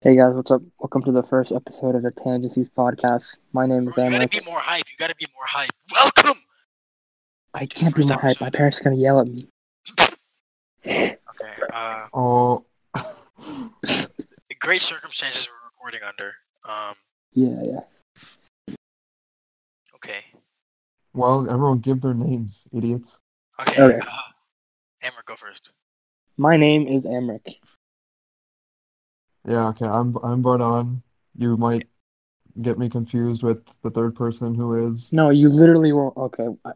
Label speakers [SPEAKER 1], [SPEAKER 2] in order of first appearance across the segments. [SPEAKER 1] Hey guys, what's up? Welcome to the first episode of the Tangencies podcast. My name is
[SPEAKER 2] Bro, you gotta
[SPEAKER 1] Emma.
[SPEAKER 2] be more hype. You gotta be more hype. Welcome.
[SPEAKER 1] I can't be more hype. My parents are gonna yell at me.
[SPEAKER 2] Okay. Uh,
[SPEAKER 3] Oh.
[SPEAKER 2] great circumstances we're recording under. Um.
[SPEAKER 1] Yeah, yeah.
[SPEAKER 2] Okay.
[SPEAKER 3] well, everyone give their names, idiots.
[SPEAKER 2] Okay.
[SPEAKER 1] Okay.
[SPEAKER 2] Uh, Amber, go first.
[SPEAKER 1] My name is Amric.
[SPEAKER 3] Yeah, okay. I'm I'm brought on. You might get me confused with the third person who is.
[SPEAKER 1] No, you literally won't. Okay. I-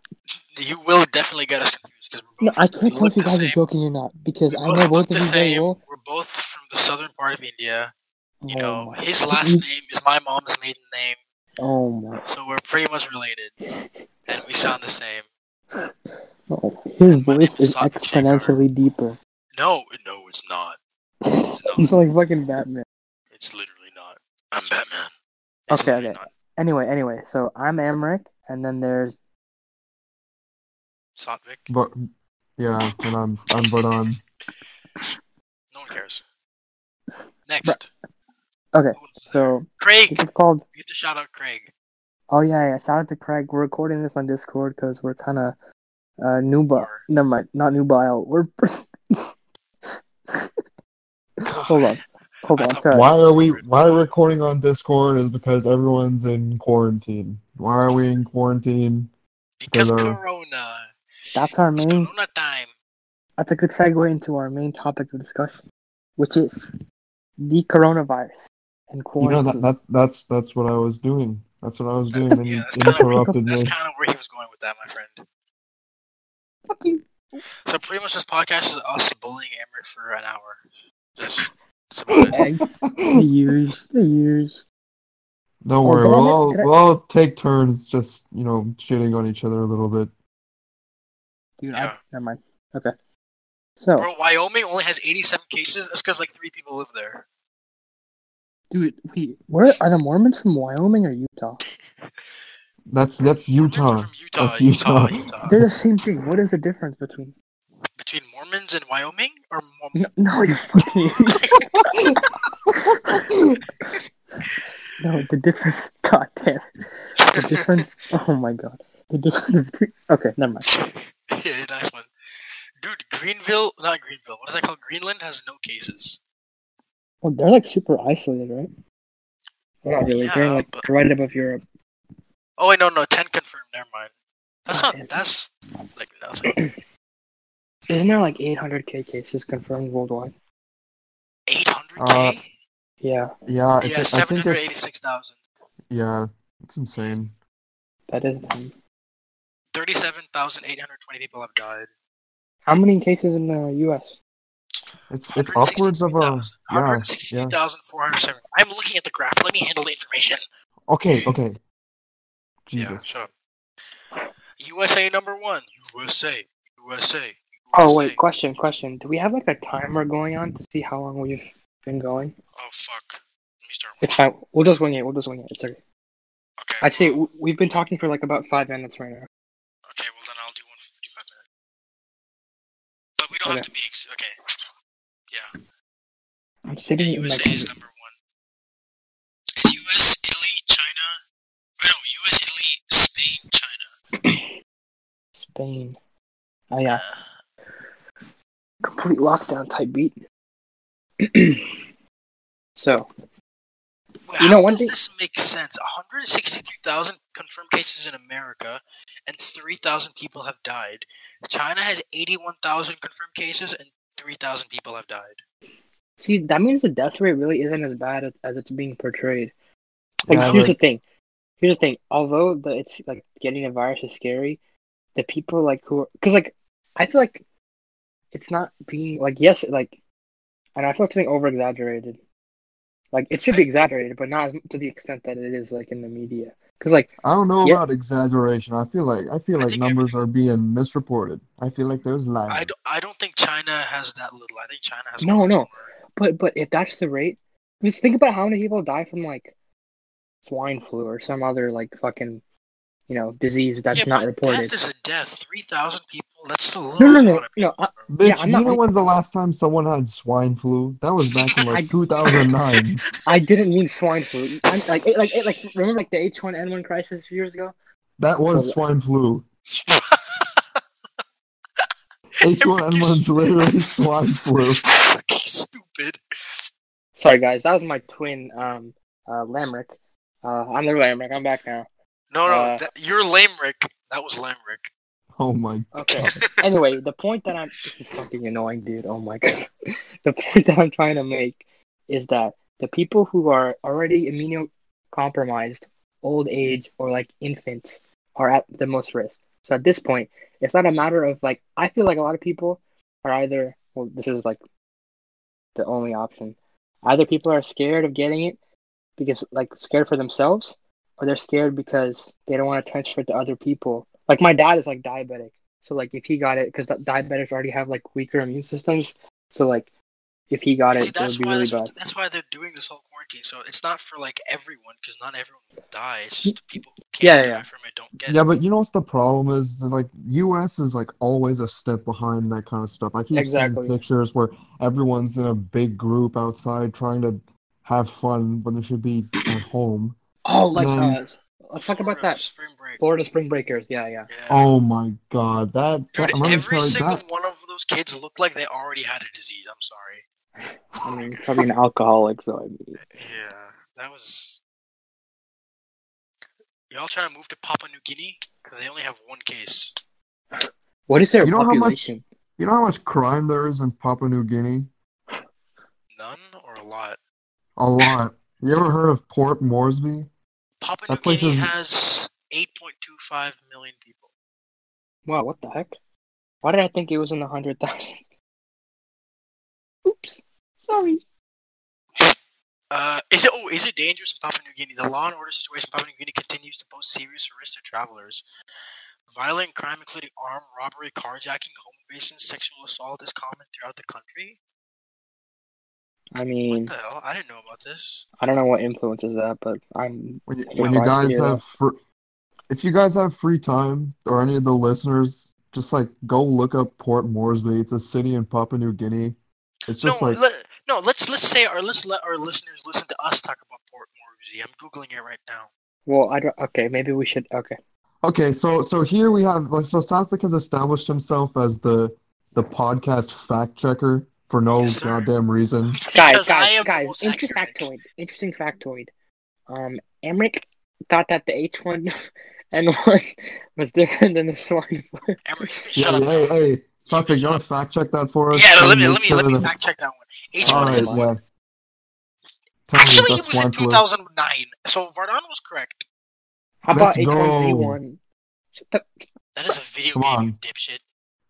[SPEAKER 2] You will definitely get us confused because we're
[SPEAKER 1] No,
[SPEAKER 2] both.
[SPEAKER 1] I can't
[SPEAKER 2] we
[SPEAKER 1] tell
[SPEAKER 2] look
[SPEAKER 1] if you
[SPEAKER 2] the
[SPEAKER 1] guys are
[SPEAKER 2] same.
[SPEAKER 1] joking or not because I
[SPEAKER 2] We
[SPEAKER 1] know both
[SPEAKER 2] look
[SPEAKER 1] of
[SPEAKER 2] the
[SPEAKER 1] you very
[SPEAKER 2] same.
[SPEAKER 1] well.
[SPEAKER 2] We're both from the southern part of India. You know,
[SPEAKER 1] Oh,
[SPEAKER 2] his last name is my mom's maiden name,
[SPEAKER 1] oh my.
[SPEAKER 2] so we're pretty much related, and we sound the same.
[SPEAKER 1] Oh, his
[SPEAKER 2] My name
[SPEAKER 1] voice is
[SPEAKER 2] is Sokka
[SPEAKER 1] exponentially deeper.
[SPEAKER 2] No, no, it's not. It's
[SPEAKER 1] He's
[SPEAKER 2] not.
[SPEAKER 1] like fucking Batman.
[SPEAKER 2] It's literally not. I'm Batman. It's
[SPEAKER 1] Okay,
[SPEAKER 2] literally
[SPEAKER 1] okay.
[SPEAKER 2] not.
[SPEAKER 1] Anyway, anyway, so I'm Amric, and then there's
[SPEAKER 2] Satvik.
[SPEAKER 3] But yeah, and I'm I'm brought on.
[SPEAKER 2] No one cares. Next.
[SPEAKER 1] Okay,
[SPEAKER 2] Who else is there?
[SPEAKER 1] so
[SPEAKER 2] Craig.
[SPEAKER 1] this is called.
[SPEAKER 2] We have to shout out Craig.
[SPEAKER 1] Oh yeah, yeah. Shout out to Craig. We're recording this on Discord because we're kind of uh nubile.
[SPEAKER 2] Or-
[SPEAKER 1] Never mind, not nubile. We're hold on, hold
[SPEAKER 2] I
[SPEAKER 1] on.
[SPEAKER 2] thought-
[SPEAKER 1] Sorry.
[SPEAKER 3] Why are we why are we recording on Discord is because everyone's in quarantine. Why are we in quarantine?
[SPEAKER 2] Because
[SPEAKER 3] Hello.
[SPEAKER 2] Corona.
[SPEAKER 1] That's our
[SPEAKER 2] It's
[SPEAKER 1] main.
[SPEAKER 2] Corona time.
[SPEAKER 1] That's a good segue into our main topic of discussion, which is the coronavirus and
[SPEAKER 3] You know
[SPEAKER 1] quarantine.
[SPEAKER 3] that, that that's that's what I was doing. That's what I was doing, and you
[SPEAKER 2] Yeah, that's kinda-
[SPEAKER 3] interrupted me.
[SPEAKER 2] That's kind of where he was going with that, my friend.
[SPEAKER 1] Fuck you.
[SPEAKER 2] So pretty much this podcast is us bullying Emmerich for an hour. That's, that's about it.
[SPEAKER 1] Egg. The use. The use.
[SPEAKER 3] Don't
[SPEAKER 1] Oh,
[SPEAKER 3] worry,
[SPEAKER 1] did I
[SPEAKER 3] we'll
[SPEAKER 1] mi-
[SPEAKER 3] all
[SPEAKER 1] did I-
[SPEAKER 3] we'll all take turns just, you know, shitting on each other a little bit.
[SPEAKER 1] Dude, I,
[SPEAKER 2] Yeah.
[SPEAKER 1] never mind. Okay. So,
[SPEAKER 2] Bro, Wyoming only has 87 cases. That's because like three people live there.
[SPEAKER 1] dude, wait. Where are the Mormons from? Wyoming or Utah?
[SPEAKER 3] That's that's Utah.
[SPEAKER 2] Mormons are From Utah,
[SPEAKER 3] That's
[SPEAKER 2] Utah,
[SPEAKER 3] Utah.
[SPEAKER 2] Utah.
[SPEAKER 1] They're the same thing. What is the difference between?
[SPEAKER 2] Between Mormons and Wyoming, or Mor-
[SPEAKER 1] No, no you fucking. no, the difference. God damn. it. The difference. Oh my god. The difference. Between... Okay, never mind.
[SPEAKER 2] yeah, nice one, dude. Greenville, not Greenville. What is that called? Greenland has no cases.
[SPEAKER 1] Well, Oh, they're like super isolated, right? Well, not really. they're
[SPEAKER 2] Yeah,
[SPEAKER 1] like
[SPEAKER 2] but-
[SPEAKER 1] right above Europe.
[SPEAKER 2] Oh wait, no, no, ten confirmed. Never mind.
[SPEAKER 3] Ah,
[SPEAKER 2] That's
[SPEAKER 1] Okay.
[SPEAKER 2] not. That's like nothing.
[SPEAKER 1] Isn't there like 800k cases confirmed worldwide?
[SPEAKER 2] Eight hundred
[SPEAKER 3] Uh,
[SPEAKER 2] k.
[SPEAKER 1] Yeah,
[SPEAKER 3] Yeah, I,
[SPEAKER 2] Yeah,
[SPEAKER 3] thi- I
[SPEAKER 2] seven
[SPEAKER 3] think
[SPEAKER 2] hundred
[SPEAKER 3] it's
[SPEAKER 2] eighty-six thousand.
[SPEAKER 3] yeah, it's insane.
[SPEAKER 1] that is. Dumb.
[SPEAKER 2] Thirty-seven thousand eight hundred twenty people have died.
[SPEAKER 1] How many cases in the U.S.?
[SPEAKER 3] It's it's upwards of a
[SPEAKER 2] One
[SPEAKER 3] yeah,
[SPEAKER 2] hundred sixty-three
[SPEAKER 3] yeah.
[SPEAKER 2] thousand four hundred seven. I'm looking at the graph. Let me handle the information.
[SPEAKER 3] Okay, okay.
[SPEAKER 2] Yeah,
[SPEAKER 3] Jesus.
[SPEAKER 2] shut up. USA number one. USA. USA.
[SPEAKER 1] Oh wait,
[SPEAKER 2] USA.
[SPEAKER 1] question, question. Do we have like a timer going on to see how long we've been going?
[SPEAKER 2] Oh fuck. Let me start.
[SPEAKER 1] It's fine. We'll just wing it. We'll just wing it. It's okay.
[SPEAKER 2] Okay.
[SPEAKER 1] I'd say w- we've been talking for like about five minutes right now.
[SPEAKER 2] Okay. Well then, I'll do one for fifty-five minutes. But we don't have
[SPEAKER 1] Okay.
[SPEAKER 2] to be. Ex- okay.
[SPEAKER 1] I'm
[SPEAKER 2] Yeah,
[SPEAKER 1] sitting in my
[SPEAKER 2] USA is
[SPEAKER 1] computer.
[SPEAKER 2] number one. It's US, Italy, China. Or no, US, Italy, Spain, China.
[SPEAKER 1] Spain. Oh yeah,
[SPEAKER 2] Uh,
[SPEAKER 1] complete lockdown type beat. so
[SPEAKER 2] wait,
[SPEAKER 1] You
[SPEAKER 2] how
[SPEAKER 1] know, one
[SPEAKER 2] does
[SPEAKER 1] thing-
[SPEAKER 2] This makes sense. 163,000 confirmed cases in America, and 3,000 people have died. China has 81,000 confirmed cases, and 3,000 people have died.
[SPEAKER 1] see, that means the death rate really isn't as bad as, as it's being portrayed. Like
[SPEAKER 3] Yeah,
[SPEAKER 1] here's
[SPEAKER 3] like-
[SPEAKER 1] the thing. Here's the thing. Although the it's like getting a virus is scary, the people like who are because like I feel like it's not being like yes like, and I feel it's being over exaggerated. Like it should be exaggerated, but not as, to the extent that it is like in the media. Because like
[SPEAKER 3] I don't know
[SPEAKER 1] Yeah.
[SPEAKER 3] about exaggeration. I feel like I feel
[SPEAKER 2] I
[SPEAKER 3] like
[SPEAKER 2] think
[SPEAKER 3] numbers are being misreported. I feel like there's lying.
[SPEAKER 2] I, don't, I don't think China has that little. I think China has.
[SPEAKER 1] No,
[SPEAKER 2] a lot
[SPEAKER 1] no.
[SPEAKER 2] more.
[SPEAKER 1] But but if that's the rate, just think about how many people die from like swine flu or some other like fucking you know disease that's
[SPEAKER 2] Yeah,
[SPEAKER 1] not
[SPEAKER 2] but
[SPEAKER 1] reported.
[SPEAKER 2] Death is a death. 3,000 people Let's look.
[SPEAKER 1] No, no, no,
[SPEAKER 2] on a-
[SPEAKER 1] no. I,
[SPEAKER 3] Bitch,
[SPEAKER 1] Yeah, I'm
[SPEAKER 3] you
[SPEAKER 1] not-
[SPEAKER 3] know when's the last time someone had swine flu? That was back in
[SPEAKER 1] I-
[SPEAKER 3] like 2009.
[SPEAKER 1] I didn't mean swine flu. I'm, like, it, like, it, like, remember like the H one N one crisis a few years ago?
[SPEAKER 3] That was
[SPEAKER 1] Well,
[SPEAKER 3] swine flu. H1N1's literally swine flu.
[SPEAKER 2] Fucking stupid.
[SPEAKER 1] Sorry, guys, that was my twin, um, uh, Lamrick. Uh, I'm the Lamrick. I'm back now.
[SPEAKER 2] No, no,
[SPEAKER 1] Uh,
[SPEAKER 2] that, you're lame, Rick. That was lame, Rick.
[SPEAKER 3] Oh my
[SPEAKER 1] Okay. anyway, the point that I'm this is fucking annoying, dude. Oh my god. The point that I'm trying to make is that the people who are already immunocompromised, old age, or like infants are at the most risk. So at this point, it's not a matter of like I feel like a lot of people are either well, this is like the only option. Either people are scared of getting it because like scared for themselves, or they're scared because they don't want to transfer it to other people. Like my dad is like diabetic. So like if he got it, because diabetics already have like weaker immune systems. So like if he got
[SPEAKER 2] See,
[SPEAKER 1] it, it
[SPEAKER 2] that's
[SPEAKER 1] would be
[SPEAKER 2] why
[SPEAKER 1] really
[SPEAKER 2] that's,
[SPEAKER 1] bad.
[SPEAKER 2] what- that's why they're doing this whole quarantine. So it's not for like everyone, because not everyone will die. It's just the people who can't
[SPEAKER 1] Yeah,
[SPEAKER 2] die
[SPEAKER 1] yeah, yeah.
[SPEAKER 2] from it don't get
[SPEAKER 3] Yeah,
[SPEAKER 2] it.
[SPEAKER 3] but you know what's the problem is that, like US is like always a step behind that kind of stuff. I keep
[SPEAKER 1] Exactly.
[SPEAKER 3] seeing pictures where everyone's in a big group outside trying to have fun when they should be at home.
[SPEAKER 1] Oh, like
[SPEAKER 3] Um,
[SPEAKER 1] uh, let's talk about
[SPEAKER 2] Florida,
[SPEAKER 1] that.
[SPEAKER 2] Spring break.
[SPEAKER 1] Florida Spring Breakers. Yeah, yeah.
[SPEAKER 2] Yeah.
[SPEAKER 3] Oh my god, that,
[SPEAKER 2] Dude,
[SPEAKER 3] that I'm gonna
[SPEAKER 2] every
[SPEAKER 3] tell you
[SPEAKER 2] single
[SPEAKER 3] that
[SPEAKER 2] one of those kids looked like they already had a disease. I'm sorry.
[SPEAKER 1] I mean, probably an alcoholic, so I mean,
[SPEAKER 2] Yeah, that was. Y'all trying to move to Papua New Guinea because they only have one case.
[SPEAKER 1] what is their
[SPEAKER 3] You know how much-
[SPEAKER 1] population?
[SPEAKER 3] you know how much crime there is in Papua New Guinea?
[SPEAKER 2] None or a lot.
[SPEAKER 3] A lot. You ever heard of Port Moresby?
[SPEAKER 2] Papua
[SPEAKER 3] That
[SPEAKER 2] New
[SPEAKER 3] place
[SPEAKER 2] Guinea
[SPEAKER 3] is-
[SPEAKER 2] has 8.25 million people.
[SPEAKER 1] Wow, what the heck? Why did I think it was in the hundred thousand? Oops, sorry.
[SPEAKER 2] Uh, is it? Oh, is it dangerous in Papua New Guinea? The law and order situation in Papua New Guinea continues to pose serious risks to travelers. Violent crime, including armed robbery, carjacking, home invasion, sexual assault, is common throughout the country.
[SPEAKER 1] I
[SPEAKER 2] What
[SPEAKER 1] mean,
[SPEAKER 2] the hell? I didn't know about this.
[SPEAKER 1] I don't know what influences that, but I'm
[SPEAKER 3] When you,
[SPEAKER 1] Yeah,
[SPEAKER 3] when you
[SPEAKER 1] well, I
[SPEAKER 3] guys
[SPEAKER 1] see that.
[SPEAKER 3] have fr- if you guys have free time or any of the listeners, just like go look up Port Moresby. It's a city in Papua New Guinea. It's just
[SPEAKER 2] no,
[SPEAKER 3] like
[SPEAKER 2] let, no. Let's let's say or let's let our listeners listen to us talk about Port Moresby. I'm googling it right now.
[SPEAKER 1] well. I don't. Okay, maybe we should. Okay,
[SPEAKER 3] okay, so so here we have like so South Africa's established himself as the the podcast fact checker for no
[SPEAKER 2] Yes, sir.
[SPEAKER 3] goddamn reason.
[SPEAKER 1] guys,
[SPEAKER 2] Because I
[SPEAKER 1] guys,
[SPEAKER 2] am the
[SPEAKER 1] guys.
[SPEAKER 2] most
[SPEAKER 1] Interesting
[SPEAKER 2] accurate.
[SPEAKER 1] factoid. Interesting factoid. Um, Emmerich thought that the H one N one was different than the swine flu.
[SPEAKER 2] Emery, you can
[SPEAKER 3] Yeah,
[SPEAKER 2] shut up.
[SPEAKER 3] hey, hey, South
[SPEAKER 2] can
[SPEAKER 3] you wanna fact check that for us?
[SPEAKER 2] Yeah, no, let me
[SPEAKER 3] Tell
[SPEAKER 2] let me let me
[SPEAKER 3] that-
[SPEAKER 2] fact check that one. H
[SPEAKER 3] All
[SPEAKER 2] one
[SPEAKER 3] right,
[SPEAKER 2] N
[SPEAKER 1] Alright,
[SPEAKER 2] one.
[SPEAKER 3] yeah. Tell me
[SPEAKER 2] Actually, it
[SPEAKER 3] that's
[SPEAKER 2] was in
[SPEAKER 3] swine flu.
[SPEAKER 2] 2009, so Vardon was correct.
[SPEAKER 1] How about
[SPEAKER 3] Let's
[SPEAKER 1] H
[SPEAKER 3] go.
[SPEAKER 1] one Z one? Shut the
[SPEAKER 2] That is a video
[SPEAKER 3] Come
[SPEAKER 2] game,
[SPEAKER 3] on.
[SPEAKER 2] you dipshit.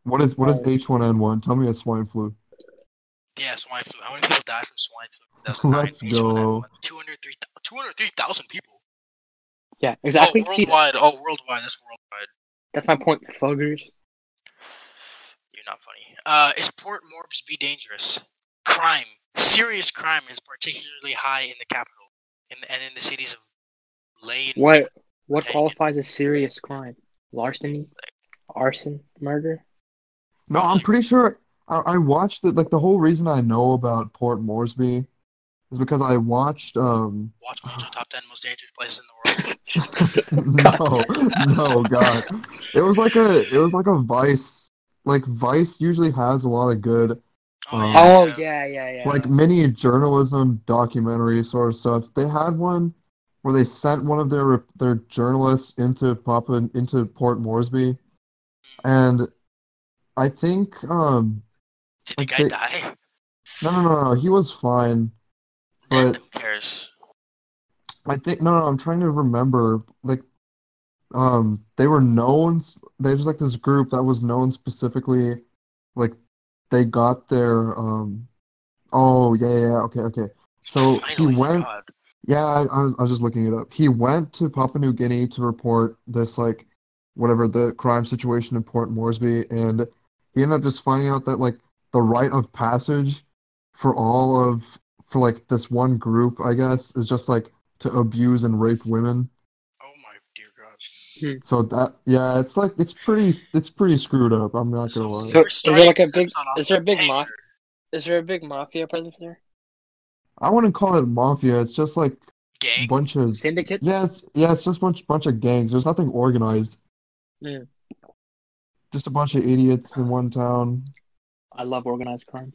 [SPEAKER 3] What is what is
[SPEAKER 1] Alright.
[SPEAKER 3] H1N1? Tell me it's swine flu.
[SPEAKER 2] Yeah, swine flu. How many people died from swine flu?
[SPEAKER 3] Let's go.
[SPEAKER 2] 203 203,000 people.
[SPEAKER 1] Yeah,
[SPEAKER 2] Oh,
[SPEAKER 1] exactly. See,
[SPEAKER 2] worldwide. Oh, worldwide. That's worldwide.
[SPEAKER 1] that's my point, fuggers.
[SPEAKER 2] You're not funny. Uh, is Port Moresby dangerous? Crime. Serious crime is particularly high in the capital in, and in the cities of Ley and
[SPEAKER 1] What what
[SPEAKER 2] Okay.
[SPEAKER 1] qualifies as serious crime? Larceny, arson, murder.
[SPEAKER 3] No, I'm pretty sure I, I watched it. Like the whole reason I know about Port Moresby is because I watched. Um,
[SPEAKER 2] Watch one of the top 10 most dangerous places in the world.
[SPEAKER 3] no, no, God, it was like a it was like a Vice. Like Vice usually has a lot of good, Um,
[SPEAKER 1] Oh yeah, yeah, yeah.
[SPEAKER 3] like mini journalism documentary sort of stuff. They had one where they sent one of their their journalists into Papua into Port Moresby, and I think um,
[SPEAKER 2] Did the
[SPEAKER 3] like
[SPEAKER 2] guy
[SPEAKER 3] they-
[SPEAKER 2] die?
[SPEAKER 3] no, no, no, no, he was fine.
[SPEAKER 2] Then
[SPEAKER 3] But
[SPEAKER 2] who cares?
[SPEAKER 3] I think no, no, I'm trying to remember. Like, um, they were known. They was like this group that was known specifically. Like, they got their um. Oh yeah, yeah, yeah, okay, okay. So he
[SPEAKER 2] Finally,
[SPEAKER 3] went.
[SPEAKER 2] God.
[SPEAKER 3] Yeah, I, I was I was just looking it up. He went to Papua New Guinea to report this like whatever the crime situation in Port Moresby, and he ended up just finding out that like the rite of passage for all of for like this one group, I guess, is just like to abuse and rape women.
[SPEAKER 2] Oh my dear God.
[SPEAKER 1] Hmm.
[SPEAKER 3] So that yeah, it's like it's pretty it's pretty screwed up. I'm not gonna lie.
[SPEAKER 1] So
[SPEAKER 2] We're
[SPEAKER 1] is
[SPEAKER 2] starting
[SPEAKER 1] there like a
[SPEAKER 2] this
[SPEAKER 1] big
[SPEAKER 2] episode off
[SPEAKER 1] is there a
[SPEAKER 2] with
[SPEAKER 1] big
[SPEAKER 2] anger.
[SPEAKER 1] mafia is there a big mafia presence there?
[SPEAKER 3] I wouldn't call it mafia. It's just like a
[SPEAKER 2] gang?
[SPEAKER 3] bunch of
[SPEAKER 1] Syndicates?
[SPEAKER 3] yeah, it's yeah, it's just bunch bunch of gangs. There's nothing organized.
[SPEAKER 1] Mm.
[SPEAKER 3] Just a bunch of idiots in one town.
[SPEAKER 1] I love organized crime.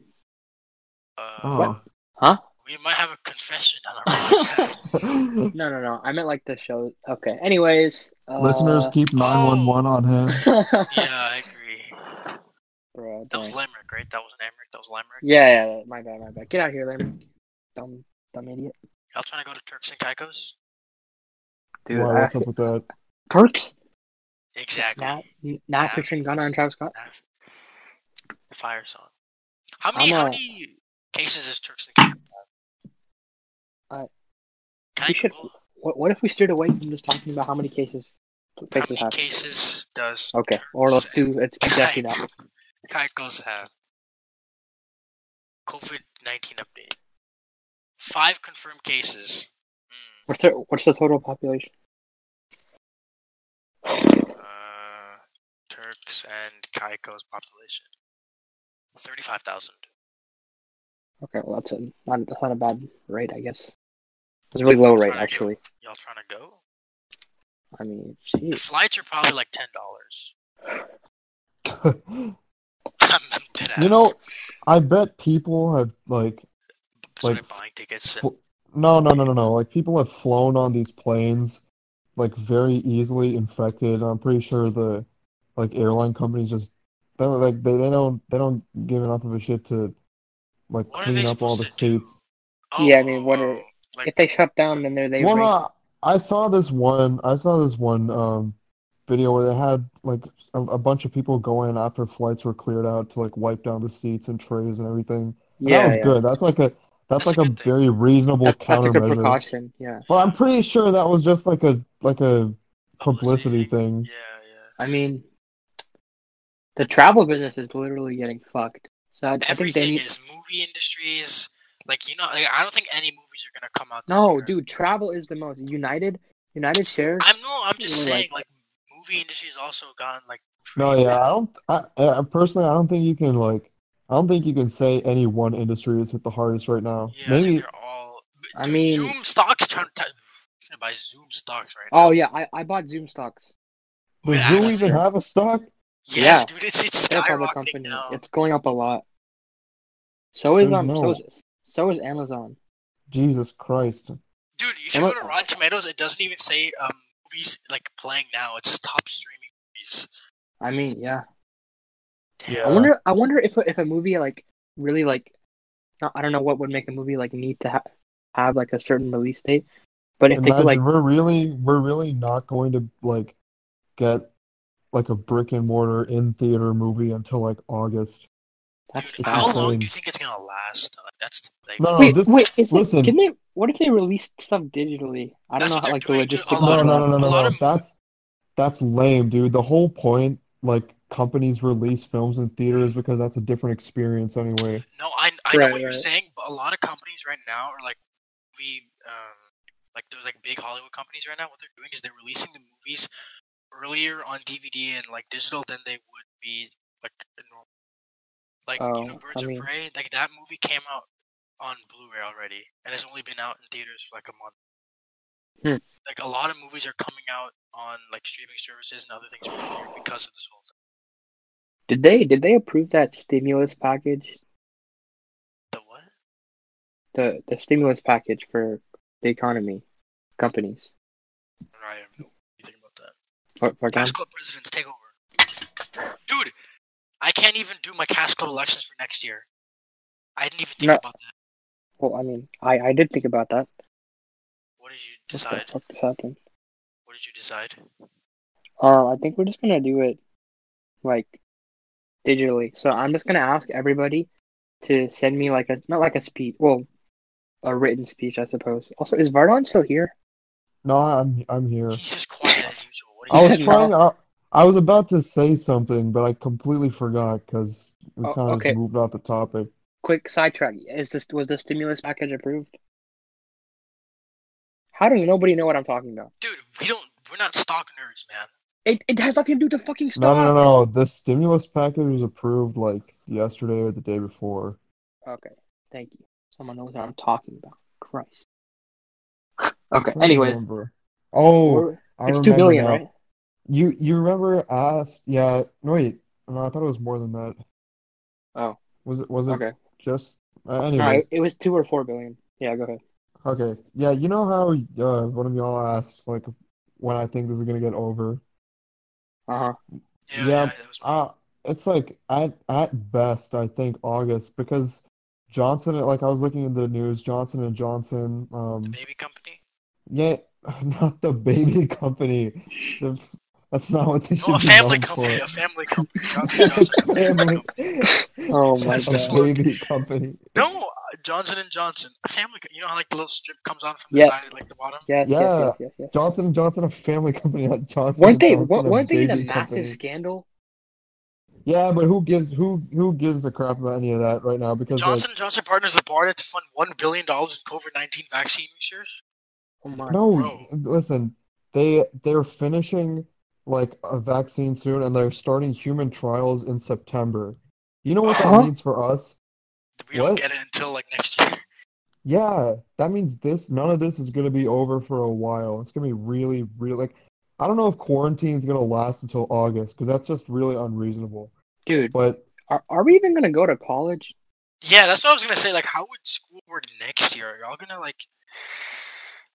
[SPEAKER 2] Uh,
[SPEAKER 3] Oh,
[SPEAKER 1] Huh?
[SPEAKER 2] We might have a confession on our podcast.
[SPEAKER 1] No, no, no. I meant like the show. Okay. Anyways, uh,
[SPEAKER 3] listeners, keep nine one one on hand.
[SPEAKER 2] yeah, I agree.
[SPEAKER 1] Bro,
[SPEAKER 2] That was
[SPEAKER 1] dang.
[SPEAKER 2] Limerick, right? That was an Emmerich. That was Limerick.
[SPEAKER 1] yeah, yeah. My bad, my bad. Get out of here, Lemon. Dumb, dumb idiot.
[SPEAKER 2] Y'all trying to go to Turks and Caicos?
[SPEAKER 1] Dude,
[SPEAKER 3] Why, what's
[SPEAKER 1] I-
[SPEAKER 3] up with that?
[SPEAKER 1] Turks?
[SPEAKER 2] Exactly.
[SPEAKER 1] Not, not
[SPEAKER 2] Yeah.
[SPEAKER 1] featuring Gunna and Travis Scott.
[SPEAKER 2] The fire song. How many
[SPEAKER 1] I'm
[SPEAKER 2] how
[SPEAKER 1] a-
[SPEAKER 2] many cases is Turks and Caicos?
[SPEAKER 1] I-
[SPEAKER 2] have? Can I
[SPEAKER 1] You should-
[SPEAKER 2] Google
[SPEAKER 1] What, what if we steered away from just talking about how many cases
[SPEAKER 2] how
[SPEAKER 1] places
[SPEAKER 2] many
[SPEAKER 1] have?
[SPEAKER 2] cases does
[SPEAKER 1] Okay, or let's
[SPEAKER 2] Turks and
[SPEAKER 1] do it's exactly that.
[SPEAKER 2] Caicos have? COVID nineteen update. Five confirmed cases. Hmm,
[SPEAKER 1] What's the what's the total population?
[SPEAKER 2] uh, Turks and Caicos population. Thirty-five thousand.
[SPEAKER 1] Okay, well that's a not that's not a bad rate, I guess. It's a really low rate actually.
[SPEAKER 2] Y'all trying to go?
[SPEAKER 1] I mean,
[SPEAKER 2] The
[SPEAKER 1] jeez.
[SPEAKER 2] flights are probably like ten dollars. I'm I'm dead ass.
[SPEAKER 3] You know, I bet people have like
[SPEAKER 2] started
[SPEAKER 3] like,
[SPEAKER 2] buying tickets.
[SPEAKER 3] fl- no no no no no like people have flown on these planes like very easily infected. I'm pretty sure the like airline companies just they don't, like they, they don't they don't give enough of a shit to like
[SPEAKER 2] What are
[SPEAKER 3] clean
[SPEAKER 2] they
[SPEAKER 3] up all the
[SPEAKER 2] supposed to do? Oh,
[SPEAKER 3] seats.
[SPEAKER 1] Yeah, I mean, what are-
[SPEAKER 2] like?
[SPEAKER 1] If they shut down, then they're they.
[SPEAKER 3] Well,
[SPEAKER 1] rate-
[SPEAKER 3] no, uh, I saw this one. I saw this one um, video where they had like a, a bunch of people go in after flights were cleared out to like wipe down the seats and trays and everything. And that
[SPEAKER 1] yeah,
[SPEAKER 3] was
[SPEAKER 1] yeah.
[SPEAKER 3] good. That's like a
[SPEAKER 2] That's
[SPEAKER 3] that's,
[SPEAKER 2] a
[SPEAKER 3] like a,
[SPEAKER 2] good thing.
[SPEAKER 3] very reasonable
[SPEAKER 1] That- that's a good
[SPEAKER 3] countermeasure.
[SPEAKER 1] precaution. Yeah,
[SPEAKER 3] But I'm pretty sure that was just like a like a publicity
[SPEAKER 2] Yeah,
[SPEAKER 3] thing.
[SPEAKER 2] yeah.
[SPEAKER 1] I mean, the travel business is literally getting fucked. So I, I think they
[SPEAKER 2] Everything
[SPEAKER 1] need.
[SPEAKER 2] is movie industries. Like you know, like, I don't think any movies are gonna come out. This
[SPEAKER 1] No,
[SPEAKER 2] year.
[SPEAKER 1] dude, travel is the most. United, United shares.
[SPEAKER 2] I'm no. I'm just
[SPEAKER 1] Really
[SPEAKER 2] saying,
[SPEAKER 1] like-
[SPEAKER 2] like, movie industry's also gotten like.
[SPEAKER 3] No, yeah, I don't. I, I personally, I don't think you can like. I don't think you can say any one industry is hit the hardest right now.
[SPEAKER 2] Yeah, I think
[SPEAKER 3] Maybe
[SPEAKER 2] they're all. but
[SPEAKER 1] I
[SPEAKER 2] dude,
[SPEAKER 1] mean-
[SPEAKER 2] Zoom stocks trying to. I'm gonna buy Zoom stocks right now.
[SPEAKER 1] Oh yeah, I, I bought Zoom stocks. Oh,
[SPEAKER 3] does
[SPEAKER 2] yeah,
[SPEAKER 3] Zoom
[SPEAKER 2] that's
[SPEAKER 3] even
[SPEAKER 1] true.
[SPEAKER 3] have a stock?
[SPEAKER 2] Yes,
[SPEAKER 1] yeah.
[SPEAKER 2] dude, it's it's
[SPEAKER 1] They're a public
[SPEAKER 2] skyrocketing
[SPEAKER 1] company.
[SPEAKER 2] now.
[SPEAKER 1] It's going up a lot. So is
[SPEAKER 3] There's
[SPEAKER 1] um. So
[SPEAKER 3] no-
[SPEAKER 1] is so is Amazon.
[SPEAKER 3] Jesus Christ.
[SPEAKER 2] Dude, if you
[SPEAKER 1] Am I-
[SPEAKER 2] go to Rotten Tomatoes, it doesn't even say um movies like playing now. It's just top streaming movies.
[SPEAKER 1] I mean, yeah.
[SPEAKER 3] Yeah.
[SPEAKER 1] I wonder. I wonder if if a movie like really like, no, I don't know what would make a movie like need to ha- have like a certain release date, but if they
[SPEAKER 3] Imagine
[SPEAKER 1] could like,
[SPEAKER 3] we're really we're really not going to like get like a brick and mortar in theater movie until like August.
[SPEAKER 1] that's
[SPEAKER 2] Dude,
[SPEAKER 1] sad.
[SPEAKER 2] how long
[SPEAKER 3] insane.
[SPEAKER 2] do you think it's gonna last? Like, that's the thing.
[SPEAKER 3] No, no,
[SPEAKER 1] Wait,
[SPEAKER 3] Oh, this
[SPEAKER 1] wait, is
[SPEAKER 3] listen.
[SPEAKER 1] it? Can they? What if they released stuff digitally? I don't
[SPEAKER 2] That's
[SPEAKER 1] know
[SPEAKER 2] what
[SPEAKER 1] how
[SPEAKER 2] they're
[SPEAKER 1] like the
[SPEAKER 2] doing, dude.
[SPEAKER 1] logistics.
[SPEAKER 2] A
[SPEAKER 3] no,
[SPEAKER 2] lot
[SPEAKER 1] of
[SPEAKER 3] no,
[SPEAKER 1] that.
[SPEAKER 3] no, no,
[SPEAKER 2] a
[SPEAKER 3] no,
[SPEAKER 2] lot
[SPEAKER 3] no.
[SPEAKER 2] of-
[SPEAKER 3] That's that's lame, dude. The whole point, like companies release films in theaters because that's a different experience anyway.
[SPEAKER 2] No, I, I know
[SPEAKER 1] Right,
[SPEAKER 2] what you're
[SPEAKER 1] right.
[SPEAKER 2] saying, but a lot of companies right now are like we um like they're like big Hollywood companies right now. What they're doing is they're releasing the movies earlier on DVD and like digital than they would be like a normal. Like you know,
[SPEAKER 1] Oh,
[SPEAKER 2] Birds
[SPEAKER 1] I mean-
[SPEAKER 2] of Prey, like that movie came out on Blu-ray already, and it's only been out in theaters for like a month.
[SPEAKER 1] Hmm.
[SPEAKER 2] Like a lot of movies are coming out on like streaming services and other things earlier because of this whole thing.
[SPEAKER 1] Did they did they approve that stimulus package?
[SPEAKER 2] The what?
[SPEAKER 1] The the stimulus package for the economy, companies.
[SPEAKER 2] I have no anything about that.
[SPEAKER 1] For, for
[SPEAKER 2] Cash
[SPEAKER 1] example,
[SPEAKER 2] Club presidents take over. Dude, I can't even do my Cash Club elections for next year. I didn't even think
[SPEAKER 1] No.
[SPEAKER 2] about that.
[SPEAKER 1] well, I mean, I I did think about that.
[SPEAKER 2] What did you
[SPEAKER 1] What the
[SPEAKER 2] decide?
[SPEAKER 1] fuck just happened?
[SPEAKER 2] What did you decide?
[SPEAKER 1] Um, I think we're just gonna do it like digitally. So I'm just gonna ask everybody to send me like a not like a speech, well, a written speech, I suppose. Also, is Vardon still here?
[SPEAKER 3] No, I'm I'm here.
[SPEAKER 2] He's just quiet as usual. What do
[SPEAKER 3] I
[SPEAKER 2] you
[SPEAKER 3] was
[SPEAKER 1] said
[SPEAKER 3] trying. I, I was about to say something, but I completely forgot because we
[SPEAKER 1] Oh,
[SPEAKER 3] kind of
[SPEAKER 1] okay.
[SPEAKER 3] just moved off the topic.
[SPEAKER 1] Quick sidetrack. Is this was the stimulus package approved? How does nobody know what I'm talking about?
[SPEAKER 2] Dude, we don't We're not stock nerds, man.
[SPEAKER 1] It, it has nothing to do with the fucking stock.
[SPEAKER 3] No, no, no, no. The stimulus package was approved like yesterday or the day before.
[SPEAKER 1] Okay, thank you. Someone knows what I'm talking about. Christ. Okay. Anyways,
[SPEAKER 3] Remember. Oh,
[SPEAKER 1] we're-
[SPEAKER 3] I
[SPEAKER 1] it's two
[SPEAKER 3] remember
[SPEAKER 1] billion,
[SPEAKER 3] now.
[SPEAKER 1] right?
[SPEAKER 3] You you remember asked? Yeah. No, wait. No, I thought it was more than that.
[SPEAKER 1] Oh,
[SPEAKER 3] Was it? Was it
[SPEAKER 1] okay.
[SPEAKER 3] just? Uh,
[SPEAKER 1] No,
[SPEAKER 3] anyways.
[SPEAKER 1] it, it was two or four billion. Yeah, go ahead.
[SPEAKER 3] Okay. Yeah, you know how uh, one of y'all asked like when I think this is gonna get over.
[SPEAKER 1] Uh
[SPEAKER 3] Uh-huh.
[SPEAKER 1] huh.
[SPEAKER 2] Yeah,
[SPEAKER 3] Yeah,
[SPEAKER 2] that was
[SPEAKER 3] Uh it's like at at best I think August because Johnson like I was looking at the news, Johnson and Johnson,
[SPEAKER 2] the
[SPEAKER 3] um
[SPEAKER 2] baby company.
[SPEAKER 3] yeah, not the baby company. The, that's not what they
[SPEAKER 2] No,
[SPEAKER 3] should
[SPEAKER 2] a
[SPEAKER 3] be
[SPEAKER 2] family
[SPEAKER 3] known
[SPEAKER 2] company.
[SPEAKER 3] for.
[SPEAKER 2] A family company. Johnson Johnson. A family
[SPEAKER 3] Family-
[SPEAKER 2] company.
[SPEAKER 1] Oh my
[SPEAKER 2] That's
[SPEAKER 3] a
[SPEAKER 2] just-
[SPEAKER 1] god.
[SPEAKER 3] baby company.
[SPEAKER 2] No, uh, Johnson and Johnson. A family. co- You know how like the little strip comes on from the
[SPEAKER 1] Yeah.
[SPEAKER 2] side, like the bottom.
[SPEAKER 1] Yes, yes,
[SPEAKER 3] Yeah.
[SPEAKER 1] yes, yes, yes.
[SPEAKER 3] Johnson and Johnson, a family company, not Johnson
[SPEAKER 1] Weren't
[SPEAKER 3] and
[SPEAKER 1] they?
[SPEAKER 3] Johnson,
[SPEAKER 1] wa-
[SPEAKER 3] a
[SPEAKER 1] Weren't they in a
[SPEAKER 3] baby
[SPEAKER 1] massive
[SPEAKER 3] company.
[SPEAKER 1] scandal?
[SPEAKER 3] Yeah, but who gives who who gives a crap about any of that right now? Because like
[SPEAKER 2] Johnson and Johnson partners with BARDA to fund one billion dollars in COVID nineteen vaccine research.
[SPEAKER 1] Oh my.
[SPEAKER 3] no,
[SPEAKER 2] Bro.
[SPEAKER 3] listen, they they're finishing like a vaccine soon, and they're starting human trials in September. You know what that
[SPEAKER 1] Huh?
[SPEAKER 3] means for us?
[SPEAKER 2] We don't
[SPEAKER 3] What?
[SPEAKER 2] get it until like next year.
[SPEAKER 3] Yeah, that means this none of this is gonna be over for a while. It's gonna be really, really like I don't know if quarantine is gonna last until August because that's just really unreasonable.
[SPEAKER 1] Dude,
[SPEAKER 3] But
[SPEAKER 1] are, are we even gonna go to college?
[SPEAKER 2] Yeah, that's what I was gonna say. Like, how would school work next year? Are y'all gonna like?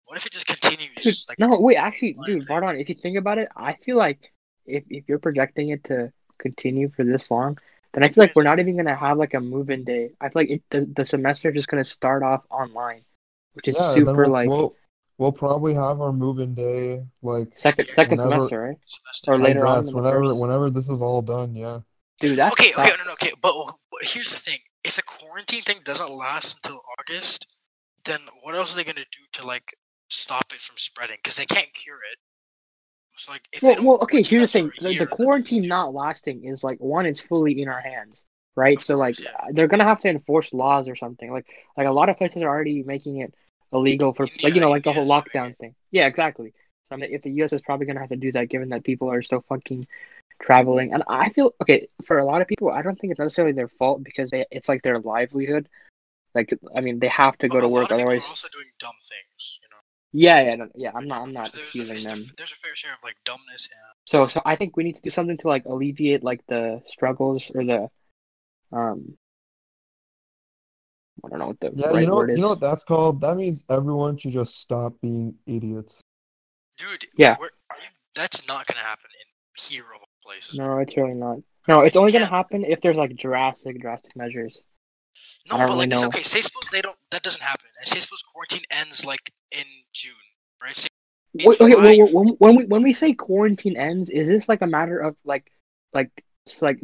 [SPEAKER 2] What if it just
[SPEAKER 1] Dude,
[SPEAKER 2] continues? Like,
[SPEAKER 1] no, wait, actually,
[SPEAKER 2] Why
[SPEAKER 1] dude,
[SPEAKER 2] is it-
[SPEAKER 1] Vardon, if you think about it, I feel like if if you're projecting it to continue for this long, then I feel like we're not even gonna have like a move-in day. I feel like it, the the semester is just gonna start off online, which is
[SPEAKER 3] yeah, then
[SPEAKER 1] super
[SPEAKER 3] we'll
[SPEAKER 1] like
[SPEAKER 3] we'll we'll probably have our move-in day like
[SPEAKER 1] second second
[SPEAKER 3] whenever-
[SPEAKER 1] semester, right?
[SPEAKER 2] semester.
[SPEAKER 1] Or
[SPEAKER 3] I
[SPEAKER 1] later on
[SPEAKER 3] guess
[SPEAKER 1] in the
[SPEAKER 3] whenever
[SPEAKER 1] first.
[SPEAKER 3] whenever this is all done, yeah.
[SPEAKER 1] Dude, that's
[SPEAKER 2] okay, okay, no, no, okay. But but here's the thing: if the quarantine thing doesn't last until August, then what else are they gonna do to like stop it from spreading? Because they can't cure it. So like, if they
[SPEAKER 1] Well,
[SPEAKER 2] don't
[SPEAKER 1] well, okay.
[SPEAKER 2] quarantine
[SPEAKER 1] Here's
[SPEAKER 2] us
[SPEAKER 1] the thing:
[SPEAKER 2] for a
[SPEAKER 1] the,
[SPEAKER 2] year,
[SPEAKER 1] the quarantine not lasting is like one, it's fully in our hands, right?
[SPEAKER 2] Of
[SPEAKER 1] So like,
[SPEAKER 2] course, yeah.
[SPEAKER 1] they're gonna have to enforce laws or something. Like, like a lot of places are already making it illegal for, like you
[SPEAKER 2] India-
[SPEAKER 1] know, like the whole
[SPEAKER 2] India's
[SPEAKER 1] lockdown thing. Yeah, exactly. So I mean, if the U.S. is probably gonna have to do that, given that people are still fucking traveling, and I feel okay for a lot of people. I don't think it's necessarily their fault because they, it's like their livelihood. Like, I mean, they have to
[SPEAKER 2] But
[SPEAKER 1] go to
[SPEAKER 2] a lot of
[SPEAKER 1] work,
[SPEAKER 2] people are
[SPEAKER 1] otherwise.
[SPEAKER 2] also doing dumb things. You know,
[SPEAKER 1] Yeah, yeah, no- yeah. I'm not, I'm not
[SPEAKER 2] So there's,
[SPEAKER 1] accusing
[SPEAKER 2] a,
[SPEAKER 1] them.
[SPEAKER 2] there's, a, there's a fair share of like dumbness and
[SPEAKER 1] So, so I think we need to do something to like alleviate like the struggles or the, um, I don't know what the
[SPEAKER 3] Yeah,
[SPEAKER 1] right
[SPEAKER 3] you know,
[SPEAKER 1] word
[SPEAKER 3] you
[SPEAKER 1] is.
[SPEAKER 3] know what that's called? That means everyone should just stop being idiots.
[SPEAKER 2] dude.
[SPEAKER 1] Yeah.
[SPEAKER 2] we're, are you, that's not gonna happen in here of all places.
[SPEAKER 1] No, it's really not. No, it's only gonna
[SPEAKER 2] Yeah.
[SPEAKER 1] happen if there's like drastic, drastic measures.
[SPEAKER 2] No,
[SPEAKER 1] I don't
[SPEAKER 2] but
[SPEAKER 1] really
[SPEAKER 2] like, it's
[SPEAKER 1] know.
[SPEAKER 2] okay, say suppose they don't. That doesn't happen. And Say suppose quarantine ends like in June, right? Say, In
[SPEAKER 1] Wait, okay,
[SPEAKER 2] July,
[SPEAKER 1] when,
[SPEAKER 2] you're-
[SPEAKER 1] when, when we when we say quarantine ends, is this like a matter of like, like, s- like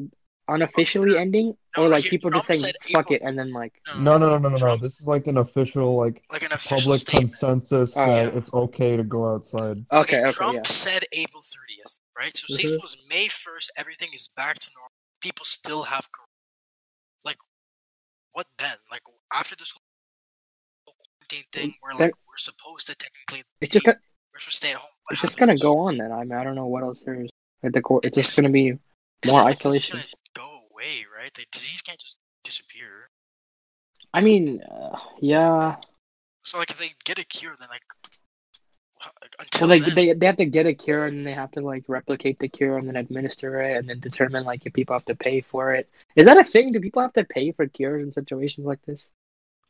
[SPEAKER 1] unofficially ending,
[SPEAKER 2] No,
[SPEAKER 1] or like
[SPEAKER 2] he-
[SPEAKER 1] people just
[SPEAKER 2] Trump
[SPEAKER 1] saying
[SPEAKER 2] said
[SPEAKER 1] fuck
[SPEAKER 2] April-
[SPEAKER 1] it and then like,
[SPEAKER 3] No, no, no, no, no, no.
[SPEAKER 2] Oh, Trump-
[SPEAKER 3] This is like an official, like
[SPEAKER 2] like an official
[SPEAKER 3] public
[SPEAKER 2] statement.
[SPEAKER 3] consensus
[SPEAKER 1] Oh,
[SPEAKER 3] that
[SPEAKER 2] yeah.
[SPEAKER 3] it's okay to go outside.
[SPEAKER 1] okay, okay,
[SPEAKER 2] Trump
[SPEAKER 1] yeah,
[SPEAKER 2] said April 30th, right? So say
[SPEAKER 3] Mhm.
[SPEAKER 2] suppose May 1st, everything is back to normal. People still have corona. Like, what then? Like after this whole quarantine thing, where like we're supposed to technically
[SPEAKER 1] it's just gonna,
[SPEAKER 2] we're supposed to stay at home.
[SPEAKER 1] it's just gonna go on then. I mean, I don't know what else there is. Like the court, it's just
[SPEAKER 2] It's-
[SPEAKER 1] gonna be
[SPEAKER 2] It's
[SPEAKER 1] more
[SPEAKER 2] not like it's
[SPEAKER 1] isolation.
[SPEAKER 2] gonna Go away, right? The disease can't just disappear.
[SPEAKER 1] I mean, uh, yeah.
[SPEAKER 2] So like, if they get a cure, then like wh-
[SPEAKER 1] Well,
[SPEAKER 2] until
[SPEAKER 1] like
[SPEAKER 2] then,
[SPEAKER 1] they they have to get a cure, and then they have to like replicate the cure, and then administer it, and then determine like if people have to pay for it. Is that a thing? Do people have to pay for cures in situations like this?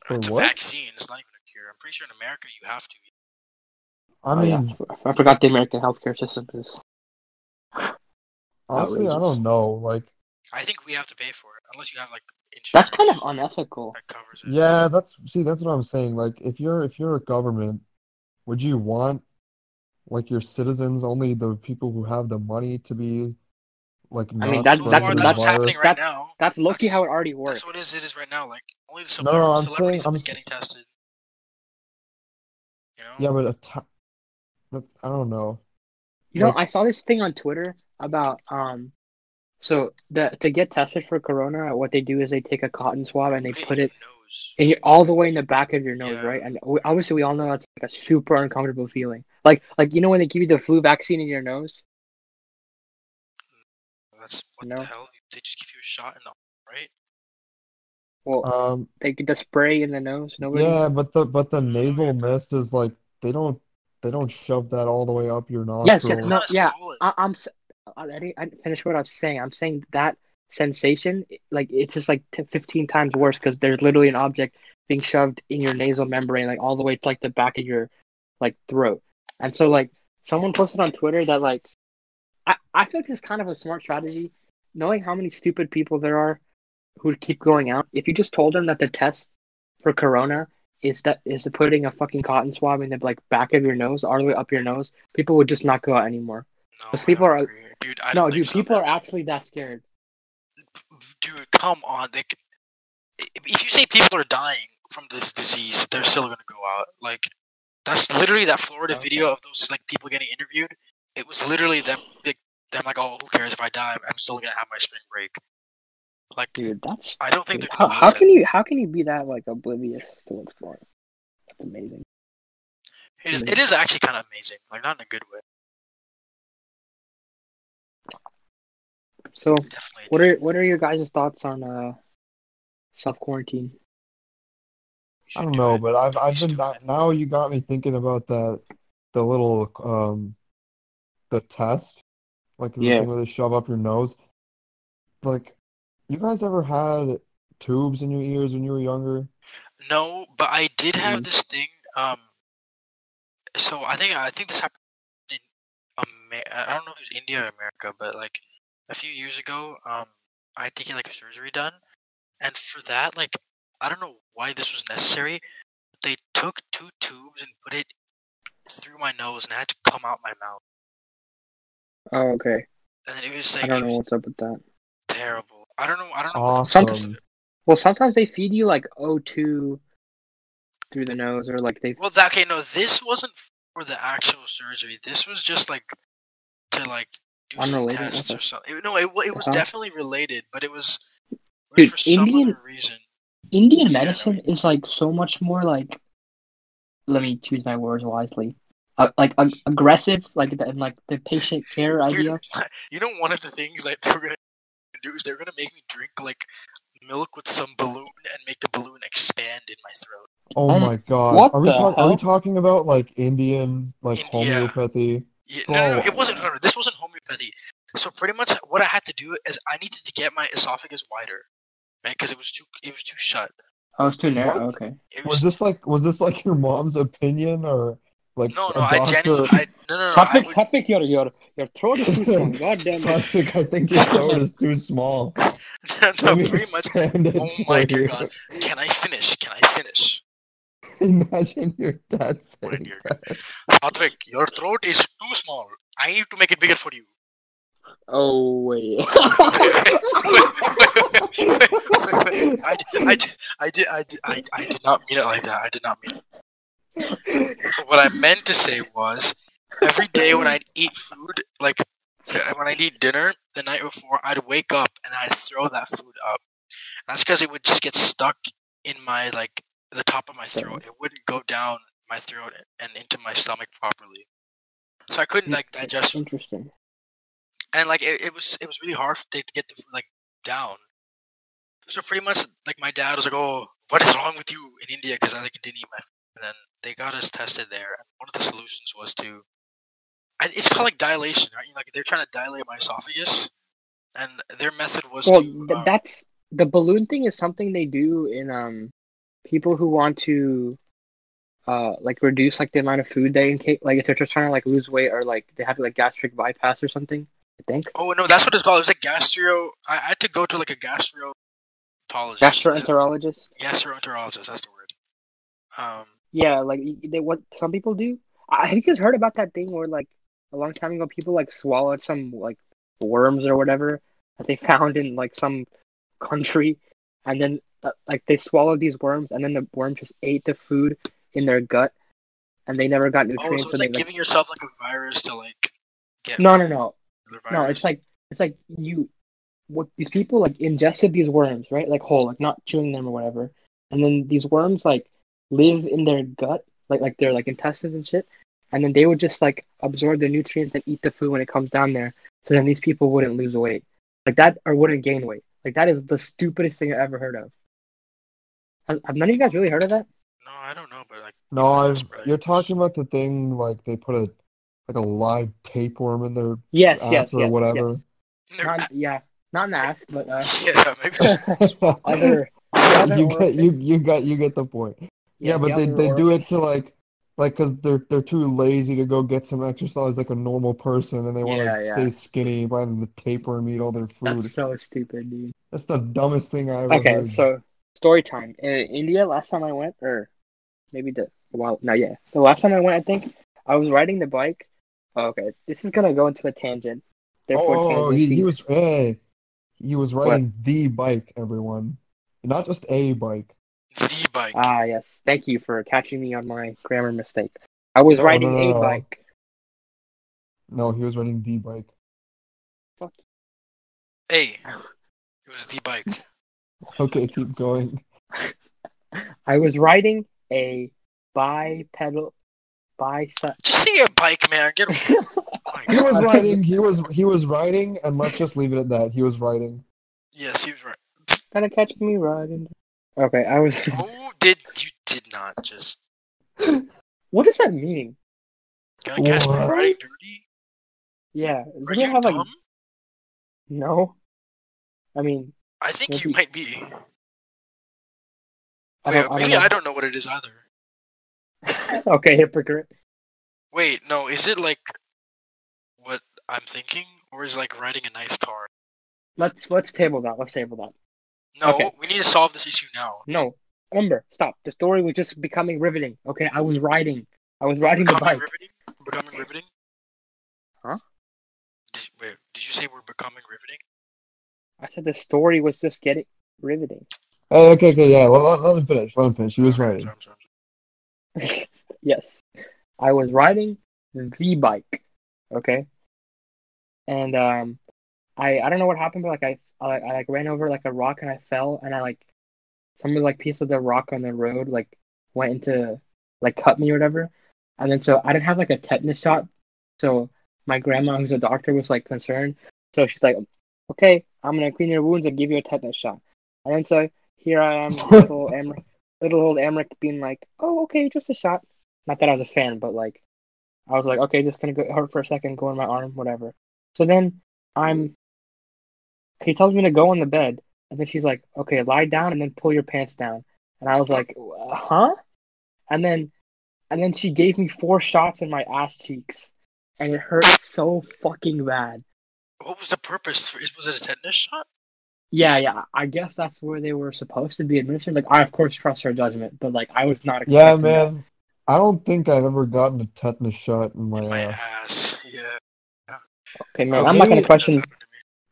[SPEAKER 3] For
[SPEAKER 2] it's a
[SPEAKER 3] what?
[SPEAKER 2] vaccine. It's not even a cure. I'm pretty sure in America you have to.
[SPEAKER 3] I
[SPEAKER 1] Oh, yeah.
[SPEAKER 3] mean,
[SPEAKER 1] I forgot the American healthcare system is.
[SPEAKER 3] honestly, I
[SPEAKER 1] Outrageous.
[SPEAKER 3] don't know. Like,
[SPEAKER 2] I think we have to pay for it unless you have like
[SPEAKER 1] That's
[SPEAKER 2] insurance.
[SPEAKER 1] kind of unethical.
[SPEAKER 2] that covers it.
[SPEAKER 3] yeah, that's see, that's what I'm saying. Like, if you're if you're a government, would you want like your citizens, only the people who have the money to be like
[SPEAKER 1] I mean,
[SPEAKER 3] not
[SPEAKER 1] that-
[SPEAKER 2] so
[SPEAKER 1] that's-
[SPEAKER 2] far,
[SPEAKER 3] spreading the
[SPEAKER 2] that's what's
[SPEAKER 1] that's-
[SPEAKER 2] happening
[SPEAKER 3] virus?
[SPEAKER 2] right
[SPEAKER 1] that's-
[SPEAKER 2] now.
[SPEAKER 1] That's lucky
[SPEAKER 2] That's-
[SPEAKER 1] how it already works.
[SPEAKER 2] That's what it is. It is right now. Like only the
[SPEAKER 3] No,
[SPEAKER 2] celebrities,
[SPEAKER 3] no, I'm
[SPEAKER 2] celebrities have
[SPEAKER 3] saying-
[SPEAKER 2] been
[SPEAKER 3] I'm
[SPEAKER 2] getting tested. You know?
[SPEAKER 3] Yeah, but a ti- but I don't know.
[SPEAKER 1] You know,
[SPEAKER 3] Like-
[SPEAKER 1] I saw this thing on Twitter about um, so the to get tested for corona, what they do is they take a cotton swab and they
[SPEAKER 2] Nobody
[SPEAKER 1] put
[SPEAKER 2] even
[SPEAKER 1] it
[SPEAKER 2] knows. nose.
[SPEAKER 1] and you're all the way in the back of your nose,
[SPEAKER 2] Yeah.
[SPEAKER 1] right? And we, obviously, we all know that's like a super uncomfortable feeling. Like, like you know when they give you the flu vaccine in your nose?
[SPEAKER 2] That's what
[SPEAKER 1] No.
[SPEAKER 2] the hell? They just give you a shot in the right?
[SPEAKER 1] Well,
[SPEAKER 3] Um,
[SPEAKER 1] they get the spray in the nose. Nobody.
[SPEAKER 3] yeah, but the but the
[SPEAKER 2] Mm,
[SPEAKER 3] nasal
[SPEAKER 2] okay.
[SPEAKER 3] mist is like they don't they don't shove that all the way up your
[SPEAKER 1] Yes,
[SPEAKER 3] nostril.
[SPEAKER 1] it's
[SPEAKER 2] It's
[SPEAKER 1] not-
[SPEAKER 2] not a
[SPEAKER 1] yeah,
[SPEAKER 2] solid.
[SPEAKER 1] I, I'm. s- I, I didn't I didn't finish what I'm saying. I'm saying that sensation, like it's just like 10, 15 times worse because there's literally an object being shoved in your nasal membrane, like all the way to like the back of your like throat. And so like someone posted on Twitter that like I, I feel like this is kind of a smart strategy, knowing how many stupid people there are who would keep going out. If you just told them that the test for corona is that is putting a fucking cotton swab in the like back of your nose, all the way up your nose, people would just not go out anymore.
[SPEAKER 2] No,
[SPEAKER 1] Those
[SPEAKER 2] I
[SPEAKER 1] people
[SPEAKER 2] don't
[SPEAKER 1] are-
[SPEAKER 2] agree. Dude, I
[SPEAKER 1] No,
[SPEAKER 2] don't
[SPEAKER 1] dude,
[SPEAKER 2] think so,
[SPEAKER 1] people are
[SPEAKER 2] man.
[SPEAKER 1] actually that scared.
[SPEAKER 2] Dude, come on. They c If you say people are dying from this disease, they're still gonna go out. Like, that's literally that Florida
[SPEAKER 1] Okay.
[SPEAKER 2] video of those like people getting interviewed. It was literally them, like, them like, oh, who cares if I die? I'm still gonna have my spring break. Like,
[SPEAKER 1] Dude, that's
[SPEAKER 2] I don't think they're
[SPEAKER 1] how,
[SPEAKER 2] gonna
[SPEAKER 1] how
[SPEAKER 2] listen.
[SPEAKER 1] can you how can you be that like oblivious to what's going on? That's amazing.
[SPEAKER 2] It is, it is actually kind of amazing. Like, not in a good way.
[SPEAKER 1] So
[SPEAKER 2] Definitely.
[SPEAKER 1] what are what are your guys' thoughts on uh self quarantine?
[SPEAKER 2] You
[SPEAKER 3] I
[SPEAKER 2] should
[SPEAKER 3] don't
[SPEAKER 2] do
[SPEAKER 3] know,
[SPEAKER 2] it.
[SPEAKER 3] but I've
[SPEAKER 2] Don't
[SPEAKER 3] I've
[SPEAKER 2] be
[SPEAKER 3] been
[SPEAKER 2] stupid.
[SPEAKER 3] now you got me thinking about that the little um the test, like the
[SPEAKER 1] Yeah.
[SPEAKER 3] thing where they shove up your nose. Like, you guys ever had tubes in your ears when you were younger?
[SPEAKER 2] No, but I did have
[SPEAKER 1] Mm.
[SPEAKER 2] this thing. Um, so I think I think this happened in Amer- I don't know if it was India or America, but like a few years ago, um, I had to get like a surgery done, and for that, like I don't know why this was necessary. But they took two tubes and put it through my nose, and it had to come out my mouth,
[SPEAKER 1] Oh, okay.
[SPEAKER 2] and it was
[SPEAKER 1] I
[SPEAKER 2] like
[SPEAKER 1] don't
[SPEAKER 2] it
[SPEAKER 1] know
[SPEAKER 2] was
[SPEAKER 1] what's up with that.
[SPEAKER 2] terrible. I don't know. I don't know.
[SPEAKER 3] Awesome.
[SPEAKER 1] Well, sometimes they feed you like O2 through the nose, or like they
[SPEAKER 2] Well, that, okay, no, this wasn't for the actual surgery. This was just like to like do some
[SPEAKER 1] Unrelated?
[SPEAKER 2] tests
[SPEAKER 1] Okay.
[SPEAKER 2] or something. It- no, it, wa- it was
[SPEAKER 1] Uh-huh.
[SPEAKER 2] definitely related, but it was, it was
[SPEAKER 1] Dude,
[SPEAKER 2] for some
[SPEAKER 1] Indian-
[SPEAKER 2] other reason.
[SPEAKER 1] Indian
[SPEAKER 2] Yeah, I know
[SPEAKER 1] medicine is like so much more like, let me choose my words wisely, uh, like ag- aggressive, like the, and like the patient care idea.
[SPEAKER 2] Dude, you know, one of the things that they were gonna do is they were gonna make me drink like milk with some balloon and make the balloon expand in my throat.
[SPEAKER 3] Oh
[SPEAKER 1] Um,
[SPEAKER 3] my God.
[SPEAKER 1] what
[SPEAKER 3] Are we
[SPEAKER 1] the
[SPEAKER 3] talk are
[SPEAKER 1] hell?
[SPEAKER 3] we talking about like Indian like
[SPEAKER 2] India.
[SPEAKER 3] homeopathy?
[SPEAKER 2] Yeah, no, no, no, it
[SPEAKER 3] Oh.
[SPEAKER 2] wasn't. No, no, this wasn't homeopathy. So pretty much what I had to do is I needed to get my esophagus wider, right? Because it was too, it was too shut.
[SPEAKER 1] Oh, it's too narrow.
[SPEAKER 3] What?
[SPEAKER 1] Okay.
[SPEAKER 2] It
[SPEAKER 3] Was this like was this like your mom's opinion or like
[SPEAKER 2] No,
[SPEAKER 3] a
[SPEAKER 2] no, I genuinely,
[SPEAKER 3] doctor?
[SPEAKER 2] I, no, no, no, I
[SPEAKER 1] Suffix,
[SPEAKER 2] would,
[SPEAKER 1] suffix, your your your throat is too small. God damn
[SPEAKER 3] So I
[SPEAKER 1] it.
[SPEAKER 3] think I think your throat is too small.
[SPEAKER 2] no,
[SPEAKER 3] Let me
[SPEAKER 2] pretty much.
[SPEAKER 3] expand it
[SPEAKER 2] Oh my
[SPEAKER 3] for
[SPEAKER 2] dear
[SPEAKER 3] you.
[SPEAKER 2] God! Can I finish? Can I finish?
[SPEAKER 3] Imagine your dad
[SPEAKER 2] Oh my
[SPEAKER 3] saying
[SPEAKER 2] dear God! Patrick, your throat is too small. I need to make it bigger for you.
[SPEAKER 1] Oh wait.
[SPEAKER 2] I, did, I, did, I, did, I, did, I, I did not mean it like that. I did not mean it. What I meant to say was, every day when I would eat food, like uh, when I would eat dinner the night before, I'd wake up and I'd throw that food up. That's because it would just get stuck in my like the top of my throat. It wouldn't go down my throat and into my stomach properly. So I couldn't like digest food.
[SPEAKER 1] Interesting.
[SPEAKER 2] and like it, it was it was really hard to get the food like down. So pretty much like my dad was like, "Oh, what is wrong with you in India?" Because I like didn't eat my food. And then they got us tested there, and one of the solutions was to I, it's called like dilation, right? You know, like they're trying to dilate my esophagus, and their method was
[SPEAKER 1] Well,
[SPEAKER 2] to
[SPEAKER 1] th-
[SPEAKER 2] um,
[SPEAKER 1] that's the balloon thing is something they do in um people who want to uh like reduce like the amount of food they intake. Like if they're just trying to like lose weight or like they have like gastric bypass or something. I think
[SPEAKER 2] Oh no, that's what it's called. It was a gastro. I, I had to go to like a gastroenterologist.
[SPEAKER 1] gastroenterologist.
[SPEAKER 2] Gastroenterologist. That's the word. Um,
[SPEAKER 1] Yeah, like y- they what some people do. I I just heard about that thing where like a long time ago people like swallowed some like worms or whatever that they found in like some country, and then uh, like they swallowed these worms and then the worm just ate the food in their gut, and they never got
[SPEAKER 2] oh, so
[SPEAKER 1] nutrients.
[SPEAKER 2] it's
[SPEAKER 1] so they
[SPEAKER 2] like
[SPEAKER 1] like
[SPEAKER 2] giving yourself like a virus to like get
[SPEAKER 1] no no no
[SPEAKER 2] the virus.
[SPEAKER 1] no. It's like it's like you what these people like ingested these worms right like whole like not chewing them or whatever, and then these worms like live in their gut, like like their like intestines and shit, and then they would just like absorb the nutrients and eat the food when it comes down there. So then these people wouldn't lose weight, like that, or wouldn't gain weight. Like that is the stupidest thing I've ever heard of. Have have none of you guys really heard of that?
[SPEAKER 2] No, I don't know, but like
[SPEAKER 3] No, I've,
[SPEAKER 2] Right.
[SPEAKER 3] you're talking about the thing like they put a like a live tapeworm in their
[SPEAKER 1] Yes,
[SPEAKER 3] ass
[SPEAKER 1] yes,
[SPEAKER 3] or
[SPEAKER 1] yes,
[SPEAKER 3] Uh, whatever.
[SPEAKER 1] yes. Not, yeah, not an ass, but uh,
[SPEAKER 2] yeah, maybe just
[SPEAKER 1] other. other
[SPEAKER 3] you get you
[SPEAKER 1] orifice.
[SPEAKER 3] you got you get the point. Yeah, but
[SPEAKER 1] the
[SPEAKER 3] they,
[SPEAKER 1] other
[SPEAKER 3] they do it
[SPEAKER 1] orifice.
[SPEAKER 3] to like like because they're they're too lazy to go get some exercise like a normal person and they want to
[SPEAKER 1] Yeah, yeah.
[SPEAKER 3] stay skinny by the tapeworm eat all their food.
[SPEAKER 1] That's so stupid, dude.
[SPEAKER 3] That's the dumbest thing I ever
[SPEAKER 1] Okay,
[SPEAKER 3] heard.
[SPEAKER 1] so story time. In India, last time I went, or maybe the well, no, yeah, the last time I went, I think I was riding the bike. Oh, Okay, this is gonna go into a tangent. Therefore,
[SPEAKER 3] oh,
[SPEAKER 1] tangent
[SPEAKER 3] he, he
[SPEAKER 1] cease.
[SPEAKER 3] was hey, he was riding the bike, everyone, not just a bike.
[SPEAKER 2] the bike.
[SPEAKER 1] Ah, yes. Thank you for catching me on my grammar mistake. I was
[SPEAKER 3] No,
[SPEAKER 1] riding
[SPEAKER 3] Oh, no,
[SPEAKER 1] a
[SPEAKER 3] no.
[SPEAKER 1] bike.
[SPEAKER 3] No, he was riding the bike.
[SPEAKER 2] hey, it was the bike.
[SPEAKER 3] Okay, keep going.
[SPEAKER 1] I was riding a bipedal bicycle.
[SPEAKER 2] Just say a bike, man. Get a
[SPEAKER 3] He
[SPEAKER 2] bike.
[SPEAKER 3] was riding. He was he was riding, and let's just leave it at that. He was riding.
[SPEAKER 2] Yes, he was right.
[SPEAKER 1] Gonna catch me riding. Okay, I was.
[SPEAKER 2] Who did you did not just
[SPEAKER 1] What does that mean?
[SPEAKER 2] gonna catch me
[SPEAKER 3] What?
[SPEAKER 2] riding dirty?
[SPEAKER 1] Yeah,
[SPEAKER 2] Are
[SPEAKER 1] does it
[SPEAKER 2] you
[SPEAKER 1] have
[SPEAKER 2] dumb?
[SPEAKER 1] like no? I mean,
[SPEAKER 2] I think you
[SPEAKER 1] Maybe-
[SPEAKER 2] might be.
[SPEAKER 1] I
[SPEAKER 2] Wait,
[SPEAKER 1] don't, I don't
[SPEAKER 2] maybe
[SPEAKER 1] know.
[SPEAKER 2] I don't know what it is either.
[SPEAKER 1] okay, hypocrite.
[SPEAKER 2] Wait, no, is it like what I'm thinking, or is it like riding a nice car?
[SPEAKER 1] Let's let's table that. Let's table that.
[SPEAKER 2] No,
[SPEAKER 1] Okay.
[SPEAKER 2] we need to solve this issue now.
[SPEAKER 1] No, Ember, stop. The story was just becoming riveting. Okay, I was riding. I was riding the
[SPEAKER 2] Becoming
[SPEAKER 1] bike.
[SPEAKER 2] riveting. Becoming riveting.
[SPEAKER 1] Huh?
[SPEAKER 2] Did, wait, did you say we're becoming riveting?
[SPEAKER 1] I said the story was just getting riveting.
[SPEAKER 3] Hey, okay, okay, yeah. Well, let, let him finish. Let him finish. He was
[SPEAKER 2] Alright,
[SPEAKER 3] riding.
[SPEAKER 2] sorry, sorry, sorry.
[SPEAKER 1] Yes, I was riding the bike. Okay, and um, I I don't know what happened, but like I I, I like ran over like a rock and I fell and I like some of the, like piece of the rock on the road like went into like cut me or whatever, and then so I didn't have like a tetanus shot, so my grandma who's a doctor was like concerned, so she's like, okay, I'm gonna clean your wounds and give you a tetanus shot, and then so here I am, little old Emmerich, little old Emmerich being like, oh okay, just a shot. Not that I was a fan, but like I was like, okay, just gonna go hurt for a second, go in my arm, whatever. So then I'm. He tells me to go on the bed, and then she's like, "Okay, lie down, and then pull your pants down." And I was like, "Huh?" And then, and then she gave me four shots in my ass cheeks, and it hurt so fucking bad.
[SPEAKER 2] What was the purpose? For, was it a tetanus shot?
[SPEAKER 1] Yeah, yeah. I guess that's where they were supposed to be administered. Like, I of course trust her judgment, but like, I was not.
[SPEAKER 3] Yeah,
[SPEAKER 1] expecting that.
[SPEAKER 3] man. I don't think I've ever gotten a tetanus shot in my
[SPEAKER 2] In my
[SPEAKER 3] ass.
[SPEAKER 2] ass. Yeah.
[SPEAKER 1] Okay, man. I'm
[SPEAKER 3] Uh,
[SPEAKER 1] not
[SPEAKER 3] maybe-
[SPEAKER 1] gonna
[SPEAKER 2] That's
[SPEAKER 1] question.
[SPEAKER 2] happened to me.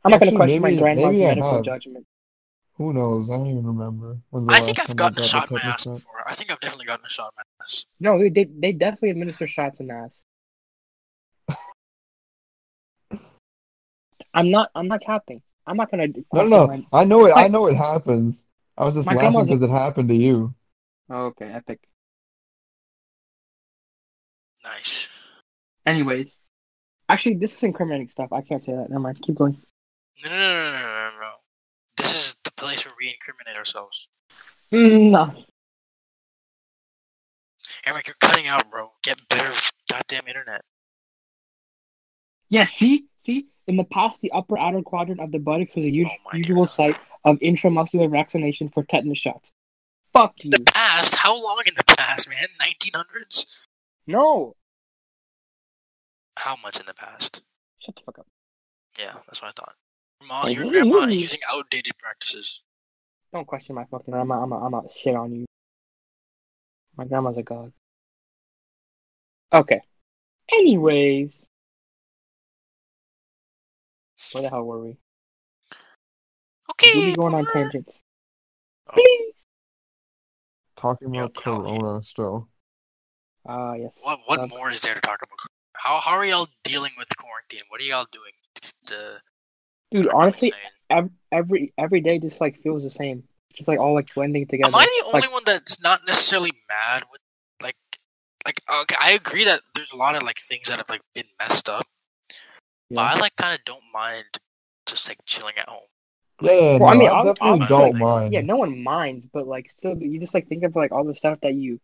[SPEAKER 1] I'm not gonna
[SPEAKER 3] Actually,
[SPEAKER 1] question my
[SPEAKER 3] maybe-
[SPEAKER 1] grandma's
[SPEAKER 3] maybe I
[SPEAKER 1] medical
[SPEAKER 3] have.
[SPEAKER 1] judgment.
[SPEAKER 3] Who knows? I don't even remember. When the
[SPEAKER 2] I think
[SPEAKER 3] last
[SPEAKER 2] I've
[SPEAKER 3] time
[SPEAKER 2] gotten
[SPEAKER 3] I
[SPEAKER 2] a
[SPEAKER 3] got
[SPEAKER 2] shot in my
[SPEAKER 3] tetanus
[SPEAKER 2] ass
[SPEAKER 3] shot.
[SPEAKER 2] before. I think I've definitely gotten a shot in my ass.
[SPEAKER 1] No, they they- they definitely administer shots in the ass. I'm not I'm not capping. I'm not gonna
[SPEAKER 3] No,
[SPEAKER 1] question
[SPEAKER 3] no,
[SPEAKER 1] my-
[SPEAKER 3] no. I know it. I
[SPEAKER 1] Like-
[SPEAKER 3] know it happens. I was just
[SPEAKER 1] My
[SPEAKER 3] laughing
[SPEAKER 1] grandma's a-
[SPEAKER 3] because it happened to you.
[SPEAKER 1] Oh, okay, epic.
[SPEAKER 2] Nice.
[SPEAKER 1] Anyways, actually, this is incriminating stuff. I can't say that. Never mind. Keep going.
[SPEAKER 2] No, no, no, no, no, no, no, no. This is the place where we incriminate ourselves.
[SPEAKER 1] Mm, no.
[SPEAKER 2] Eric, you're cutting out, bro. Get better goddamn internet.
[SPEAKER 1] Yeah. See, see. In the past, the upper outer quadrant of the buttocks was a us-
[SPEAKER 2] Oh my
[SPEAKER 1] usual
[SPEAKER 2] God.
[SPEAKER 1] site of intramuscular vaccination for tetanus shots. Fuck
[SPEAKER 2] In
[SPEAKER 1] you.
[SPEAKER 2] the
[SPEAKER 3] Hmm.
[SPEAKER 2] past? How long in the past, man? 1900s?
[SPEAKER 1] No.
[SPEAKER 2] How much in the past?
[SPEAKER 1] Shut the fuck up.
[SPEAKER 2] Yeah, that's what I thought. Your mom,
[SPEAKER 1] Like,
[SPEAKER 2] your
[SPEAKER 1] what do you
[SPEAKER 2] grandma
[SPEAKER 1] mean?
[SPEAKER 2] is using outdated practices.
[SPEAKER 1] Don't question my fucking grandma. I'm a, I'm a shit on you. My grandma's a god. Okay. Anyways. Where the hell were we?
[SPEAKER 2] Okay.
[SPEAKER 1] We'll be going on tangents.
[SPEAKER 2] Oh.
[SPEAKER 1] Please.
[SPEAKER 3] Talking about
[SPEAKER 2] Yeah, yeah, yeah.
[SPEAKER 3] Corona still.
[SPEAKER 1] Ah, yes.
[SPEAKER 2] What, what
[SPEAKER 1] Um,
[SPEAKER 2] more is there to talk about? How, how are y'all dealing with quarantine? What are y'all doing? Just, uh,
[SPEAKER 1] Dude,
[SPEAKER 2] I'm
[SPEAKER 1] honestly,
[SPEAKER 2] saying.
[SPEAKER 1] ev- every every day just like feels the same. just like all like blending together.
[SPEAKER 2] Am I the only
[SPEAKER 1] like,
[SPEAKER 2] one that's not necessarily mad with like like okay, I agree that there's a lot of like things that have like been messed up,
[SPEAKER 1] Yeah.
[SPEAKER 2] but I like kind of don't mind just like chilling at home.
[SPEAKER 3] Yeah, yeah,
[SPEAKER 1] Well, I
[SPEAKER 3] no,
[SPEAKER 1] mean,
[SPEAKER 3] I
[SPEAKER 1] I'll-
[SPEAKER 3] definitely
[SPEAKER 2] I'll-
[SPEAKER 3] don't
[SPEAKER 2] I'll-
[SPEAKER 3] mind.
[SPEAKER 1] yeah, no one minds, but like still, you just like think of like all the stuff that you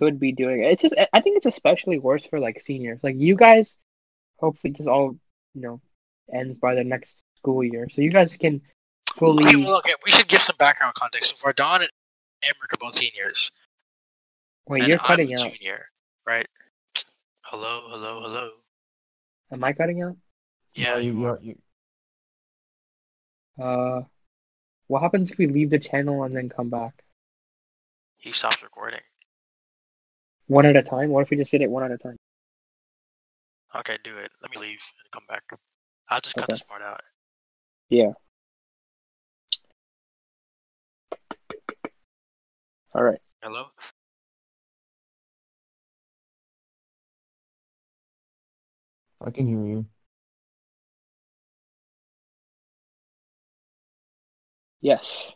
[SPEAKER 1] could be doing. It's just, I- I think it's especially worse for like seniors. Like you guys, hopefully, this all you know ends by the next school year, so you guys can fully.
[SPEAKER 2] Okay, well, okay, we should give some background context. So Vardon and Emmerich are both seniors,
[SPEAKER 1] Wait,
[SPEAKER 2] and
[SPEAKER 1] you're
[SPEAKER 2] I'm
[SPEAKER 1] cutting
[SPEAKER 2] a
[SPEAKER 1] out.
[SPEAKER 2] junior, right? Hello, hello, hello.
[SPEAKER 1] Am I cutting out?
[SPEAKER 2] Yeah,
[SPEAKER 3] you,
[SPEAKER 2] you are.
[SPEAKER 3] you- you-
[SPEAKER 1] Uh, what happens if we leave the channel and then come back
[SPEAKER 2] He stops recording.
[SPEAKER 1] one at a time? What if we just did it one at a time?
[SPEAKER 2] Okay, do it. Let me leave and come back. I'll just cut
[SPEAKER 1] Okay.
[SPEAKER 2] this part out.
[SPEAKER 1] All right.
[SPEAKER 2] Hello?
[SPEAKER 3] I can hear you.
[SPEAKER 1] Yes.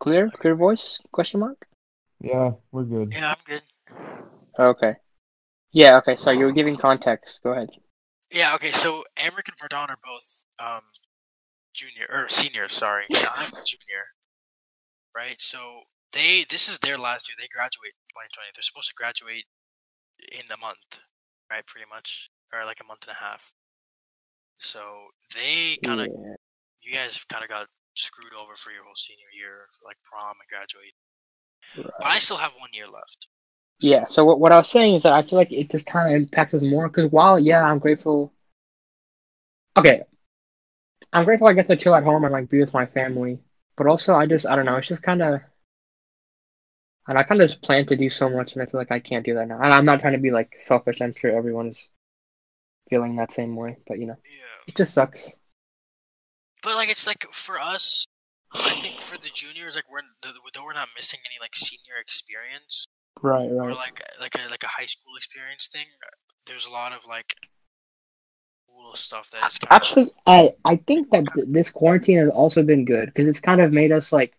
[SPEAKER 1] Clear, clear voice? Question mark.
[SPEAKER 3] Yeah, we're good.
[SPEAKER 2] Yeah, I'm good.
[SPEAKER 1] Okay. Yeah, okay, sorry, you were giving context. Go ahead.
[SPEAKER 2] Yeah, okay, so Emmerich and Verdon are both um junior or senior, sorry. And I'm a junior. Right? So they this is their last year. They graduate in twenty twenty. They're supposed to graduate in a month, right, pretty much. Or like a month and a half. So they kinda
[SPEAKER 1] Yeah.
[SPEAKER 2] you guys have kinda got screwed over for your whole senior year, like prom and graduate. But I still have one year left.
[SPEAKER 1] Yeah, so what, what I was saying is that I feel like it just kind of impacts us more because while, yeah, I'm grateful. Okay. I'm grateful I get to chill at home and like be with my family, but also I just, I don't know, it's just kind of. And I kind of just plan to do so much, and I feel like I can't do that now. And I'm not trying to be like selfish. I'm sure everyone is feeling that same way, but you know,
[SPEAKER 2] Yeah.
[SPEAKER 1] it just sucks.
[SPEAKER 2] But like it's like for us, I think for the juniors, like we're th- though we're not missing any like senior experience
[SPEAKER 1] Right,
[SPEAKER 2] or
[SPEAKER 1] right.
[SPEAKER 2] like like a like a high school experience thing. There's a lot of like cool stuff that is kind
[SPEAKER 1] Actually, I I think that th- this quarantine has also been good because it's kind of made us like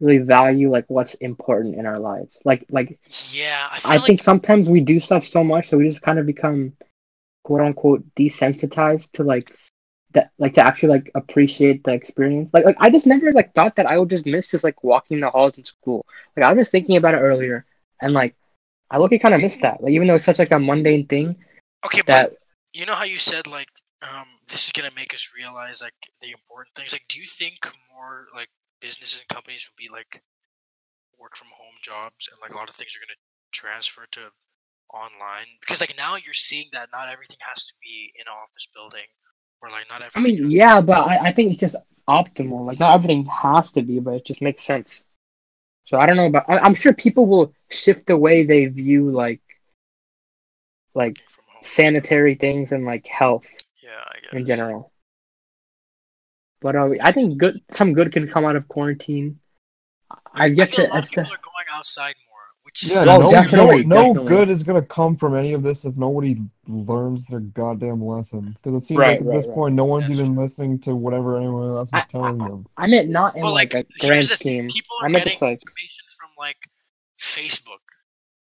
[SPEAKER 1] really value like what's important in our lives. Like like
[SPEAKER 2] Of, yeah, I feel
[SPEAKER 1] I
[SPEAKER 2] like
[SPEAKER 1] think sometimes we do stuff so much that we just kind of become quote unquote desensitized to like that like to actually like appreciate the experience. Like like I just never like thought that I would just miss just like walking the halls in school. Like I was thinking about it earlier and like I look at kind of missed that. Like even though it's such like a mundane thing
[SPEAKER 2] okay,
[SPEAKER 1] that
[SPEAKER 2] but you know how you said like um this is gonna make us realize like the important things. Like, do you think more like businesses and companies will be like work from home jobs and like a lot of things are gonna transfer to online because like now you're seeing that not everything has to be in an office building or like not
[SPEAKER 1] I
[SPEAKER 2] everything.
[SPEAKER 1] mean,
[SPEAKER 2] has to
[SPEAKER 1] yeah, but I, I think it's just optimal. Like, not everything has to be, but it just makes sense. So I don't know about. I, I'm sure people will shift the way they view like like
[SPEAKER 2] working from home.
[SPEAKER 1] sanitary things and like health
[SPEAKER 2] Yeah, I guess.
[SPEAKER 1] in general. But uh, I think good some good can come out of quarantine. I
[SPEAKER 2] I
[SPEAKER 1] guess
[SPEAKER 2] feel a
[SPEAKER 1] to,
[SPEAKER 2] lot of
[SPEAKER 1] as
[SPEAKER 2] people
[SPEAKER 1] to,
[SPEAKER 2] are going outside more, which is
[SPEAKER 3] Yeah,
[SPEAKER 1] Oh,
[SPEAKER 3] no,
[SPEAKER 1] definitely,
[SPEAKER 3] no, no
[SPEAKER 1] definitely.
[SPEAKER 3] good is gonna come from any of this if nobody learns their goddamn lesson. Because it seems
[SPEAKER 1] Right,
[SPEAKER 3] like at
[SPEAKER 1] right,
[SPEAKER 3] this
[SPEAKER 1] right.
[SPEAKER 3] point, no one's
[SPEAKER 2] Yeah.
[SPEAKER 3] even listening to whatever anyone else
[SPEAKER 1] I-
[SPEAKER 3] is telling them.
[SPEAKER 1] I meant not in
[SPEAKER 2] Well,
[SPEAKER 1] like,
[SPEAKER 2] like,
[SPEAKER 1] a
[SPEAKER 2] here's
[SPEAKER 1] grand
[SPEAKER 2] the thing,
[SPEAKER 1] scheme.
[SPEAKER 2] people are
[SPEAKER 1] I meant
[SPEAKER 2] getting-
[SPEAKER 1] just like
[SPEAKER 2] information from like Facebook.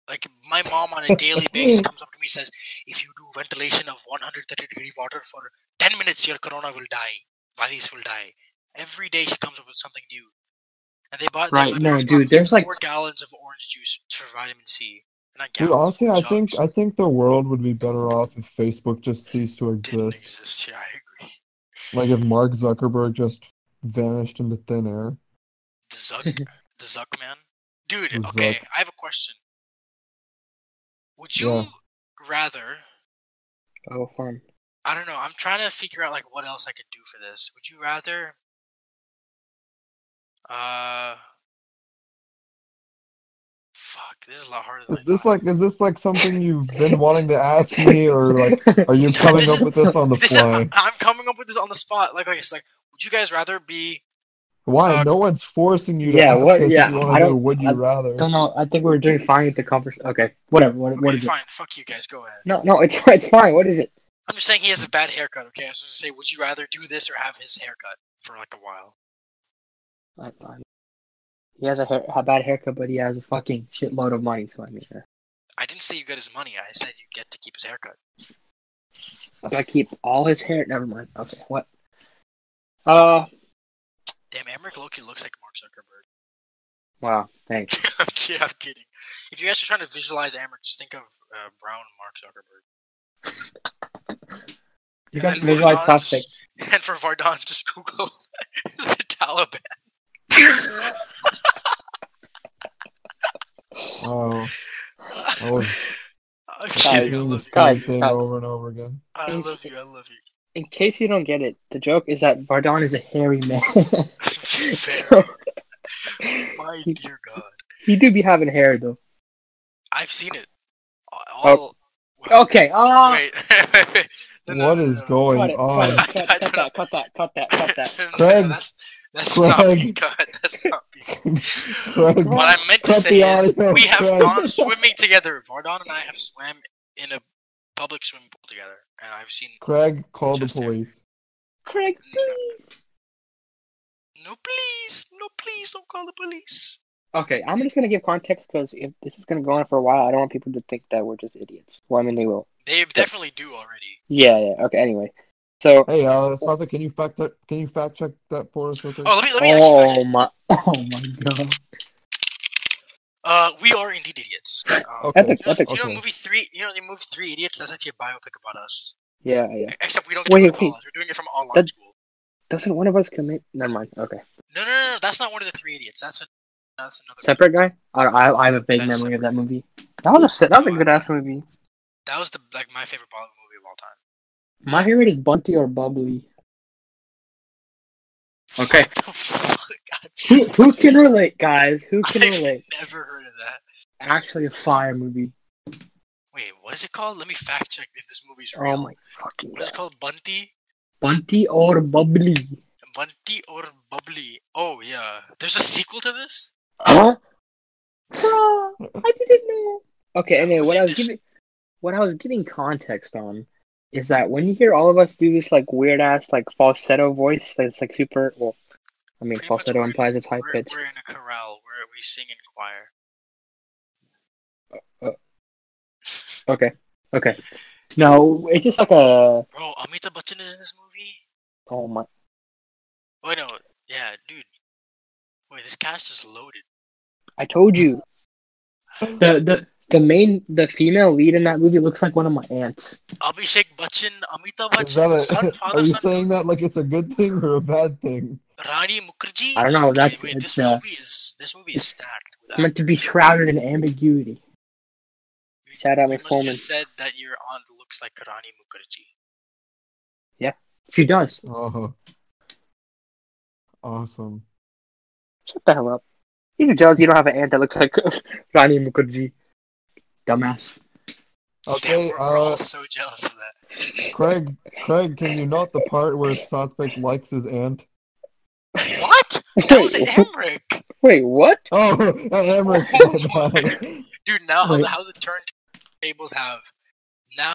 [SPEAKER 2] Like my mom on a daily basis comes up to me and says, if you do ventilation of 130 degree water for 10 minutes, your corona will die. Virus will die. Every day she comes up with something new. And they bought
[SPEAKER 1] Right,
[SPEAKER 2] my
[SPEAKER 1] no,
[SPEAKER 2] parents
[SPEAKER 1] dude,
[SPEAKER 2] bought
[SPEAKER 1] there's, like-
[SPEAKER 2] four gallons of orange juice for vitamin C. Not
[SPEAKER 3] Dude,
[SPEAKER 2] gallons,
[SPEAKER 3] honestly, I think
[SPEAKER 2] jugs.
[SPEAKER 3] I think the world would be better off if Facebook just ceased to
[SPEAKER 2] didn't
[SPEAKER 3] exist.
[SPEAKER 2] exist. Yeah, I agree.
[SPEAKER 3] Like if Mark Zuckerberg just vanished into thin air.
[SPEAKER 2] The Zuck, the Zuck man, dude.
[SPEAKER 3] The
[SPEAKER 2] okay,
[SPEAKER 3] Zuck.
[SPEAKER 2] I have a question. Would you
[SPEAKER 3] Yeah.
[SPEAKER 2] rather?
[SPEAKER 1] oh fun.
[SPEAKER 2] I don't know. I'm trying to figure out like what else I could do for this. Would you rather? Uh, fuck. This is a lot harder
[SPEAKER 1] Oh
[SPEAKER 2] than
[SPEAKER 3] Is
[SPEAKER 2] I
[SPEAKER 3] this
[SPEAKER 2] thought.
[SPEAKER 3] like is this like something you've been wanting to ask me or like are you coming up with this on the
[SPEAKER 2] This is,
[SPEAKER 3] fly?
[SPEAKER 2] I'm coming up with this on the spot. Like, okay, it's like, would you guys rather be?
[SPEAKER 3] Why?
[SPEAKER 2] Uh,
[SPEAKER 3] No one's forcing you to
[SPEAKER 1] Yeah,
[SPEAKER 3] ask
[SPEAKER 1] what-
[SPEAKER 3] us if
[SPEAKER 1] yeah,
[SPEAKER 3] you want
[SPEAKER 1] I
[SPEAKER 3] to do
[SPEAKER 1] don't-
[SPEAKER 3] would you
[SPEAKER 1] I
[SPEAKER 3] rather.
[SPEAKER 1] Don't know. I think we were doing fine with the conversation. Okay, whatever. What, what
[SPEAKER 2] Okay,
[SPEAKER 1] is it?
[SPEAKER 2] fine. Fuck you guys. Go ahead.
[SPEAKER 1] No, no, it's it's fine. What is it?
[SPEAKER 2] I'm just saying he has a bad haircut. Okay, I was going to say, would you rather do this or have his haircut? for like a while.
[SPEAKER 1] I, I, um, he has a, hair, a bad haircut, but he has a fucking shitload of money. So I mean, uh,
[SPEAKER 2] I didn't say you get his money. I said you get to keep his haircut.
[SPEAKER 1] if I keep all his hair, never mind. Okay, what? Uh,
[SPEAKER 2] Damn, Emmerich Loki looks like Mark Zuckerberg.
[SPEAKER 1] wow. Thanks.
[SPEAKER 2] I'm kid- I'm kidding. If you guys are trying to visualize Emmerich, just think of uh, brown Mark Zuckerberg.
[SPEAKER 1] You
[SPEAKER 2] And
[SPEAKER 1] got
[SPEAKER 2] then
[SPEAKER 1] visualize
[SPEAKER 2] Vardon
[SPEAKER 1] something.
[SPEAKER 2] just- And for Vardon, just Google the Taliban.
[SPEAKER 3] Wow. That was
[SPEAKER 2] I'm
[SPEAKER 1] Guys,
[SPEAKER 2] kidding. I love you.
[SPEAKER 1] guys,
[SPEAKER 3] same thing
[SPEAKER 1] guys.
[SPEAKER 3] over and over again.
[SPEAKER 2] I love you. I love you.
[SPEAKER 1] In case you don't get it, the joke is that Vardon is a hairy man.
[SPEAKER 2] Fair.
[SPEAKER 1] so,
[SPEAKER 2] My dear God.
[SPEAKER 1] he do be having hair though.
[SPEAKER 2] I've seen it. All.
[SPEAKER 1] Oh. Okay. Ah.
[SPEAKER 2] Wait. No, no,
[SPEAKER 3] What
[SPEAKER 2] no,
[SPEAKER 3] is
[SPEAKER 2] no, no.
[SPEAKER 1] Cut
[SPEAKER 3] going
[SPEAKER 1] it,
[SPEAKER 3] on?
[SPEAKER 1] cut it, cut, cut that, cut that, cut that, cut that.
[SPEAKER 2] No, no, no,
[SPEAKER 3] Craig.
[SPEAKER 2] That's, that's not
[SPEAKER 3] Craig.
[SPEAKER 2] being cut. That's not being
[SPEAKER 3] Craig.
[SPEAKER 2] What I meant to
[SPEAKER 3] Cut
[SPEAKER 2] say
[SPEAKER 3] the
[SPEAKER 2] is
[SPEAKER 3] audio,
[SPEAKER 2] we have
[SPEAKER 3] Craig.
[SPEAKER 2] gone swimming together. Vardon and I have swam in a public swimming pool together. And I've seen.
[SPEAKER 3] Craig, call the
[SPEAKER 2] Just here.
[SPEAKER 3] police.
[SPEAKER 1] Craig, please.
[SPEAKER 2] No, please. No, please don't call the police.
[SPEAKER 1] Okay, I'm just gonna give context because if this is gonna go on for a while, I don't want people to think that we're just idiots. Well, I mean, they will.
[SPEAKER 2] They definitely do already.
[SPEAKER 1] Yeah, yeah. Okay. Anyway, so
[SPEAKER 3] Hey, uh, Santa, can you fact that? Can you fact check that for us? real quick?
[SPEAKER 2] Oh, let me let me.
[SPEAKER 1] oh
[SPEAKER 2] actually
[SPEAKER 1] my, oh my god. Oh.
[SPEAKER 2] Uh, we are indeed idiots. Um,
[SPEAKER 3] Okay.
[SPEAKER 2] You
[SPEAKER 1] Epic,
[SPEAKER 2] know,
[SPEAKER 1] epic.
[SPEAKER 2] you know
[SPEAKER 3] Okay.
[SPEAKER 2] movie three? You know the movie Three Idiots? That's actually a biopic about us.
[SPEAKER 1] Yeah, yeah.
[SPEAKER 2] Except we don't get
[SPEAKER 1] Wait,
[SPEAKER 2] to go to
[SPEAKER 1] wait.
[SPEAKER 2] college. We're doing it from online
[SPEAKER 1] That-
[SPEAKER 2] school.
[SPEAKER 1] Doesn't one of us commit? Never mind. Okay.
[SPEAKER 2] No, no, no, no. That's not one of the Three Idiots. That's, a, that's another.
[SPEAKER 1] Separate guy. I I, I have a vague
[SPEAKER 2] That is
[SPEAKER 1] memory of that movie. That was a se- that was a good ass movie.
[SPEAKER 2] That was the like my favorite Bollywood movie of all time.
[SPEAKER 1] My favorite is Bunty or Bubbly. Okay.
[SPEAKER 2] What the fuck?
[SPEAKER 1] Who who can relate, guys? Who can
[SPEAKER 2] I've
[SPEAKER 1] relate?
[SPEAKER 2] never heard of that.
[SPEAKER 1] Actually, a fire movie.
[SPEAKER 2] Wait, what is it called? Let me fact check if this movie's real.
[SPEAKER 1] Oh my fucking
[SPEAKER 2] What is
[SPEAKER 1] god.
[SPEAKER 2] it called? Bunty,
[SPEAKER 1] Bunty or Bubbly?
[SPEAKER 2] Bunty or Bubbly? Oh yeah. There's a sequel to this.
[SPEAKER 1] Huh? Bro, I didn't know. Okay, anyway, what I was giving, what I was giving context on is that when you hear all of us do this like weird ass like falsetto voice, that's like super. Well, I mean,
[SPEAKER 2] Pretty much
[SPEAKER 1] falsetto
[SPEAKER 2] we're-
[SPEAKER 1] implies it's high
[SPEAKER 2] We're,
[SPEAKER 1] pitched.
[SPEAKER 2] we're in a chorale where we sing in choir.
[SPEAKER 1] Okay, okay. No, it's just like a.
[SPEAKER 2] Bro, Amitabh Bachchan is in this movie.
[SPEAKER 1] Oh my.
[SPEAKER 2] Wait, no. Yeah, dude. Wait, this cast is loaded.
[SPEAKER 1] I told you. The the the main the female lead in that movie looks like one of my aunts.
[SPEAKER 2] Abhishek Bachchan, Amitabh
[SPEAKER 3] Is that
[SPEAKER 2] Bachchan,
[SPEAKER 3] a,
[SPEAKER 2] son,
[SPEAKER 3] are
[SPEAKER 2] father,
[SPEAKER 3] you
[SPEAKER 2] son,
[SPEAKER 3] saying that like it's a good thing or a bad thing?
[SPEAKER 2] Rani Mukherjee.
[SPEAKER 1] I don't know. That's
[SPEAKER 2] wait,
[SPEAKER 1] it's
[SPEAKER 2] this
[SPEAKER 1] uh,
[SPEAKER 2] movie is this movie is stacked. with
[SPEAKER 1] meant to be shrouded in ambiguity.
[SPEAKER 2] actors.
[SPEAKER 1] shout out
[SPEAKER 2] You
[SPEAKER 1] Miss
[SPEAKER 2] must
[SPEAKER 1] Coleman.
[SPEAKER 2] Just said that your aunt looks like Rani Mukherjee.
[SPEAKER 1] She does.
[SPEAKER 3] Oh, awesome.
[SPEAKER 1] Shut the hell up. You're jealous you don't have an aunt that looks like Rani Mukherjee. Dumbass.
[SPEAKER 3] Okay,
[SPEAKER 2] Oh, Damn, we're
[SPEAKER 3] uh,
[SPEAKER 2] all so jealous of that.
[SPEAKER 3] Craig, Craig, can you not the part where Sotbek likes his aunt?
[SPEAKER 2] What? That was Emmerich.
[SPEAKER 1] Wait, what?
[SPEAKER 3] Oh, Emmerich. my bad.
[SPEAKER 2] Dude, now how
[SPEAKER 1] Wait.
[SPEAKER 2] the, how the turntables have now.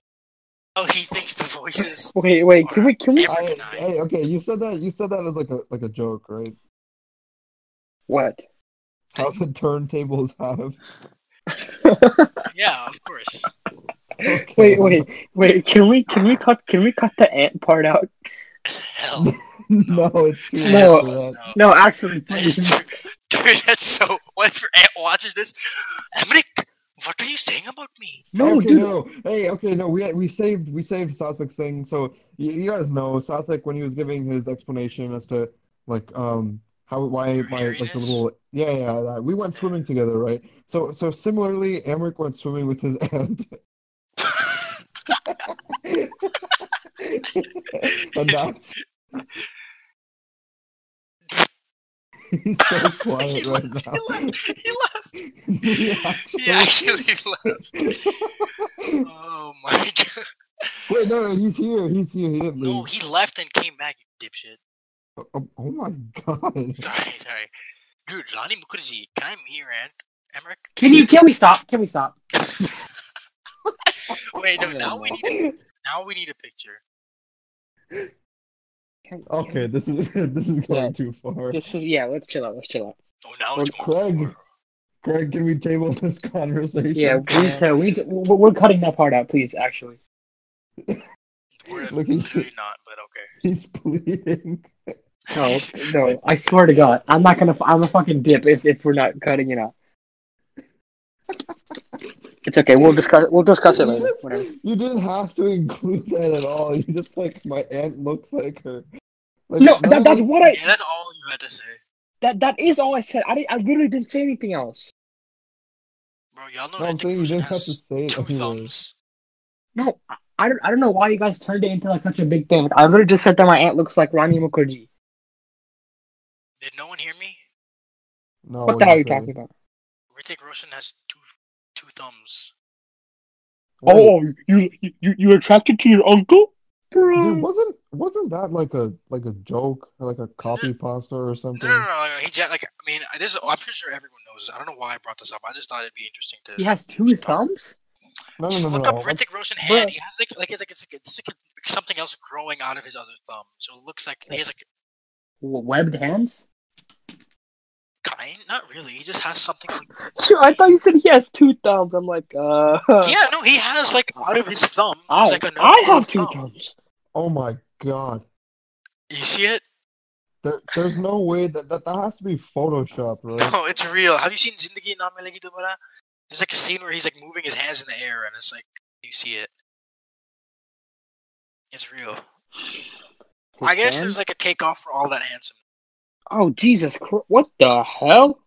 [SPEAKER 2] how he thinks the voices.
[SPEAKER 1] Wait, wait, can we can we
[SPEAKER 2] Alright.
[SPEAKER 3] I, hey, okay, you said that. You said that as like a like a joke, right?
[SPEAKER 1] what?
[SPEAKER 3] How the turntables have.
[SPEAKER 2] Yeah, of course.
[SPEAKER 3] Okay.
[SPEAKER 1] Wait, wait, wait, can we can we cut can we cut the ant part out?
[SPEAKER 2] Hell.
[SPEAKER 3] no, it's too late
[SPEAKER 1] No.
[SPEAKER 3] for that.
[SPEAKER 2] No.
[SPEAKER 1] No, actually
[SPEAKER 2] That is
[SPEAKER 1] please.
[SPEAKER 2] true. Dude, that's so. What if your aunt watches this? Emmerich, what are you saying about me?
[SPEAKER 1] No,
[SPEAKER 3] okay,
[SPEAKER 1] dude.
[SPEAKER 3] No. Hey, okay, no, we we saved we saved Southwick's thing. So you, you guys know Southwick when he was giving his explanation as to like um how why
[SPEAKER 2] Your
[SPEAKER 3] my like the
[SPEAKER 2] eeriness?
[SPEAKER 3] little yeah yeah that, we went swimming together right. So so similarly, Emmerich went swimming with his aunt. and that's he's so quiet
[SPEAKER 2] he,
[SPEAKER 3] right
[SPEAKER 2] left,
[SPEAKER 3] now.
[SPEAKER 2] he left. He left.
[SPEAKER 3] He actually-
[SPEAKER 2] He actually left. Oh my god.
[SPEAKER 3] Wait, no, no, he's here. He's here. He didn't
[SPEAKER 2] No,
[SPEAKER 3] leave.
[SPEAKER 2] he left and came back, you dipshit.
[SPEAKER 3] Oh, oh, oh my god.
[SPEAKER 2] Sorry, sorry. Dude, Rani Mukherjee, can I meet your aunt, Emmerich?
[SPEAKER 1] Can you can we stop? Can we stop?
[SPEAKER 2] Wait, no,
[SPEAKER 1] Oh,
[SPEAKER 2] now we
[SPEAKER 1] no.
[SPEAKER 2] need now we need a picture.
[SPEAKER 1] Can- can-
[SPEAKER 3] Okay, this is this is going
[SPEAKER 1] Yeah.
[SPEAKER 3] too far.
[SPEAKER 1] This is yeah. Let's chill out. Let's chill out.
[SPEAKER 2] Oh, now
[SPEAKER 3] Well,
[SPEAKER 2] it's going
[SPEAKER 3] Craig. Greg, can we table this conversation?
[SPEAKER 1] Yeah, we need to. We need to, we're we're cutting that part out, please. Actually,
[SPEAKER 2] We're
[SPEAKER 3] Look at
[SPEAKER 2] literally not, but okay.
[SPEAKER 3] he's pleading.
[SPEAKER 1] no, no. I swear to God, I'm not gonna. I'm a fucking dip if, if we're not cutting it out. It's okay. We'll discuss. We'll discuss it later. Whatever.
[SPEAKER 3] You didn't have to include that at all. You just like my aunt looks like her. Like,
[SPEAKER 1] No,
[SPEAKER 3] none
[SPEAKER 1] that,
[SPEAKER 3] of
[SPEAKER 1] that's
[SPEAKER 3] us-
[SPEAKER 1] what I.
[SPEAKER 2] Yeah, that's all you had to say.
[SPEAKER 1] That that is all I said. I didn't, I literally didn't say anything else.
[SPEAKER 2] Bro, y'all know
[SPEAKER 3] No, I'm
[SPEAKER 2] that Dick
[SPEAKER 3] saying you
[SPEAKER 2] Wilson
[SPEAKER 3] didn't have to
[SPEAKER 2] has
[SPEAKER 3] say it
[SPEAKER 2] two
[SPEAKER 3] anyways.
[SPEAKER 2] thumbs.
[SPEAKER 1] No, I- I don't. I don't know why you guys turned it into like such a big thing. I literally just said that my aunt looks like Ronnie Mukherjee.
[SPEAKER 2] Did no one hear me?
[SPEAKER 3] No,
[SPEAKER 1] What
[SPEAKER 3] what
[SPEAKER 1] the hell are you
[SPEAKER 3] you said.
[SPEAKER 1] talking about?
[SPEAKER 2] Ritik Roshan has two two thumbs.
[SPEAKER 1] Oh, you you you- you're attracted to your uncle,
[SPEAKER 3] Dude,
[SPEAKER 1] bro?
[SPEAKER 3] wasn't wasn't that like a like a joke, like a copy pasta or
[SPEAKER 2] No,
[SPEAKER 3] something?
[SPEAKER 2] no, no, no, no. He ja like I mean, this is, I'm pretty sure everyone knows. this. I don't know why I brought this up. I just thought it'd be interesting to.
[SPEAKER 1] He has two thumbs.
[SPEAKER 3] No,
[SPEAKER 2] Just
[SPEAKER 3] no, no,
[SPEAKER 2] look
[SPEAKER 3] no.
[SPEAKER 2] up Ritik Roshan
[SPEAKER 1] Bro.
[SPEAKER 2] head. He has like like it's like it's, like, it's like something else growing out of his other thumb. So it looks like he has like
[SPEAKER 1] W- Webbed hands?
[SPEAKER 2] kind, not really. He just has something. Like,
[SPEAKER 1] Sure, I thought you said he has two thumbs. I'm like, uh.
[SPEAKER 2] yeah, no, he has like out of his thumb.
[SPEAKER 1] I,
[SPEAKER 2] there's, like, another
[SPEAKER 1] Oh, I have two
[SPEAKER 2] thumb.
[SPEAKER 1] thumbs.
[SPEAKER 3] Oh my god.
[SPEAKER 2] You see it?
[SPEAKER 3] There, there's no way that, that that has to be Photoshop, right?
[SPEAKER 2] No, Oh, it's real. Have you seen Zindagi Na Milegi Dobara? There's like a scene where he's like moving his hands in the air, and it's like you see it. It's real. I guess there's like a takeoff for all that handsome.
[SPEAKER 1] Oh Jesus Christ! What the hell?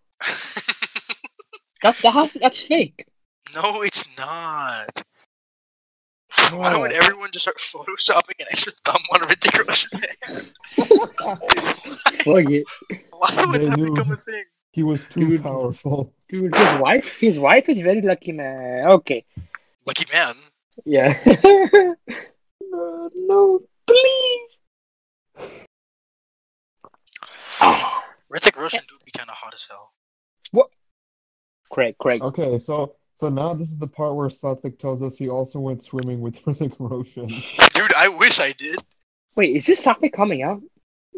[SPEAKER 1] That that has, that's fake.
[SPEAKER 2] no, it's not. Why would
[SPEAKER 1] Bro.
[SPEAKER 2] everyone just start photoshopping an extra thumb on Hrithik Roshan's hand?
[SPEAKER 1] Fuck it,
[SPEAKER 2] Why would
[SPEAKER 3] They
[SPEAKER 2] that
[SPEAKER 3] knew.
[SPEAKER 2] become a thing?
[SPEAKER 3] he was too
[SPEAKER 1] Dude.
[SPEAKER 3] powerful.
[SPEAKER 1] dude. His wife, his wife is very lucky, man. Okay,
[SPEAKER 2] Lucky man.
[SPEAKER 1] yeah. no, no, please. Ah,
[SPEAKER 2] Hrithik Roshan do be kind of hot as hell.
[SPEAKER 1] Craig, Craig.
[SPEAKER 3] Okay, so so now this is the part where Satvik tells us he also went swimming with Hrithik Roshan.
[SPEAKER 2] Dude, I wish I did.
[SPEAKER 1] Wait, is this topic coming out?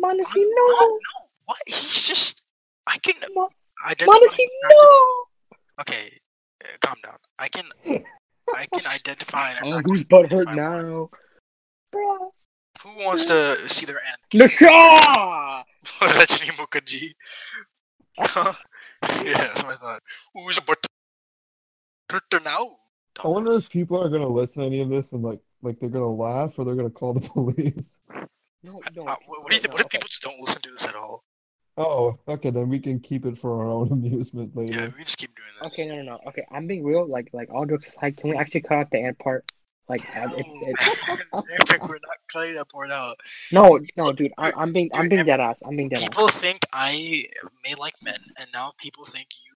[SPEAKER 1] Manasi, no.
[SPEAKER 2] What? He's just. I can
[SPEAKER 1] Ma-
[SPEAKER 2] identify.
[SPEAKER 1] Manasi, no.
[SPEAKER 2] Okay, uh, calm down. I can, I can identify. and
[SPEAKER 1] Oh,
[SPEAKER 2] not
[SPEAKER 1] who's butt
[SPEAKER 2] identify
[SPEAKER 1] hurt
[SPEAKER 2] one.
[SPEAKER 1] now? Bruh.
[SPEAKER 2] Who wants to see their aunt?
[SPEAKER 1] Nasha!
[SPEAKER 2] Rajni Mukherjee. yeah, that's what I thought. Who's butt hurt now?
[SPEAKER 3] I wonder if people are gonna listen to any of this and like like they're gonna laugh or they're gonna call the police.
[SPEAKER 1] No, no.
[SPEAKER 2] Uh, what, what do you think? What if
[SPEAKER 1] Okay.
[SPEAKER 2] people just don't listen to this at all?
[SPEAKER 3] Oh, okay, then we can keep it for our own amusement
[SPEAKER 2] Yeah,
[SPEAKER 3] later.
[SPEAKER 2] we just keep doing this.
[SPEAKER 1] Okay, no, no, no. Okay, I'm being real. Like, like all jokes aside, can we actually cut out the ant part? Like, um, it's, it's...
[SPEAKER 2] No, Eric, Oh, we're not cutting that part out.
[SPEAKER 1] no, no, dude. I, I'm being, I'm being dead ass. I'm being dead ass.
[SPEAKER 2] People think I may like men, and now people think you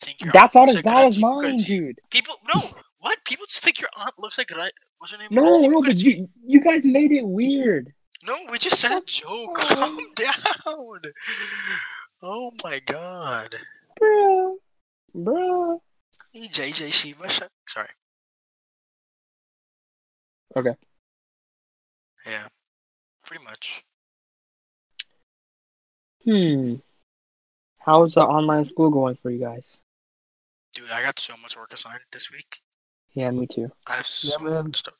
[SPEAKER 2] think your
[SPEAKER 1] That's
[SPEAKER 2] aunt
[SPEAKER 1] not as
[SPEAKER 2] looks like
[SPEAKER 1] bad as
[SPEAKER 2] Rajni
[SPEAKER 1] mine,
[SPEAKER 2] Mukherjee.
[SPEAKER 1] dude.
[SPEAKER 2] People, no, what? People just think your aunt looks like Ra- what's her name?
[SPEAKER 1] No,
[SPEAKER 2] Rajni
[SPEAKER 1] no, but
[SPEAKER 2] Mukherjee.
[SPEAKER 1] you, you guys made it weird.
[SPEAKER 2] No, we just said a joke. Calm down. Oh my god.
[SPEAKER 1] Bruh. Bruh.
[SPEAKER 2] Hey, JJ Shiva. shut- Sorry.
[SPEAKER 1] Okay.
[SPEAKER 2] Yeah. Pretty much.
[SPEAKER 1] Hmm. How's the online school going for you guys?
[SPEAKER 2] Dude, I got so much work assigned this week.
[SPEAKER 1] Yeah, me too.
[SPEAKER 2] I have so
[SPEAKER 3] Yeah, man.
[SPEAKER 2] much stuff.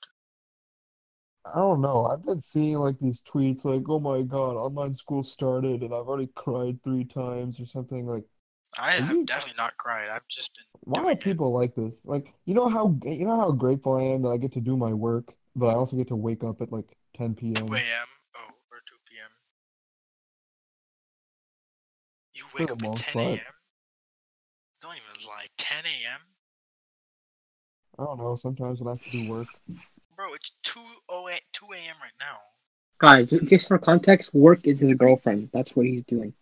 [SPEAKER 3] I don't know. I've been seeing like these tweets like, "Oh my god, online school started," and I've already cried three times or something. Like,
[SPEAKER 2] I
[SPEAKER 3] Are
[SPEAKER 2] have
[SPEAKER 3] you-
[SPEAKER 2] definitely not cried. I've just been.
[SPEAKER 3] why
[SPEAKER 2] doing
[SPEAKER 3] are
[SPEAKER 2] it.
[SPEAKER 3] people like this? Like, you know how you know how grateful I am that I get to do my work, but I also get to wake up at like 10 p.m.
[SPEAKER 2] 2 a.m. Oh, or 2 p.m. You
[SPEAKER 3] For
[SPEAKER 2] wake
[SPEAKER 3] the
[SPEAKER 2] up at
[SPEAKER 3] most
[SPEAKER 2] 10
[SPEAKER 3] part.
[SPEAKER 2] a.m.? Don't even lie. 10 a.m.?
[SPEAKER 3] I don't know. Sometimes when I have to do work.
[SPEAKER 2] Bro, it's 2 o a 2 a.m. right now.
[SPEAKER 1] Guys, just for context, work is his girlfriend. That's what he's doing.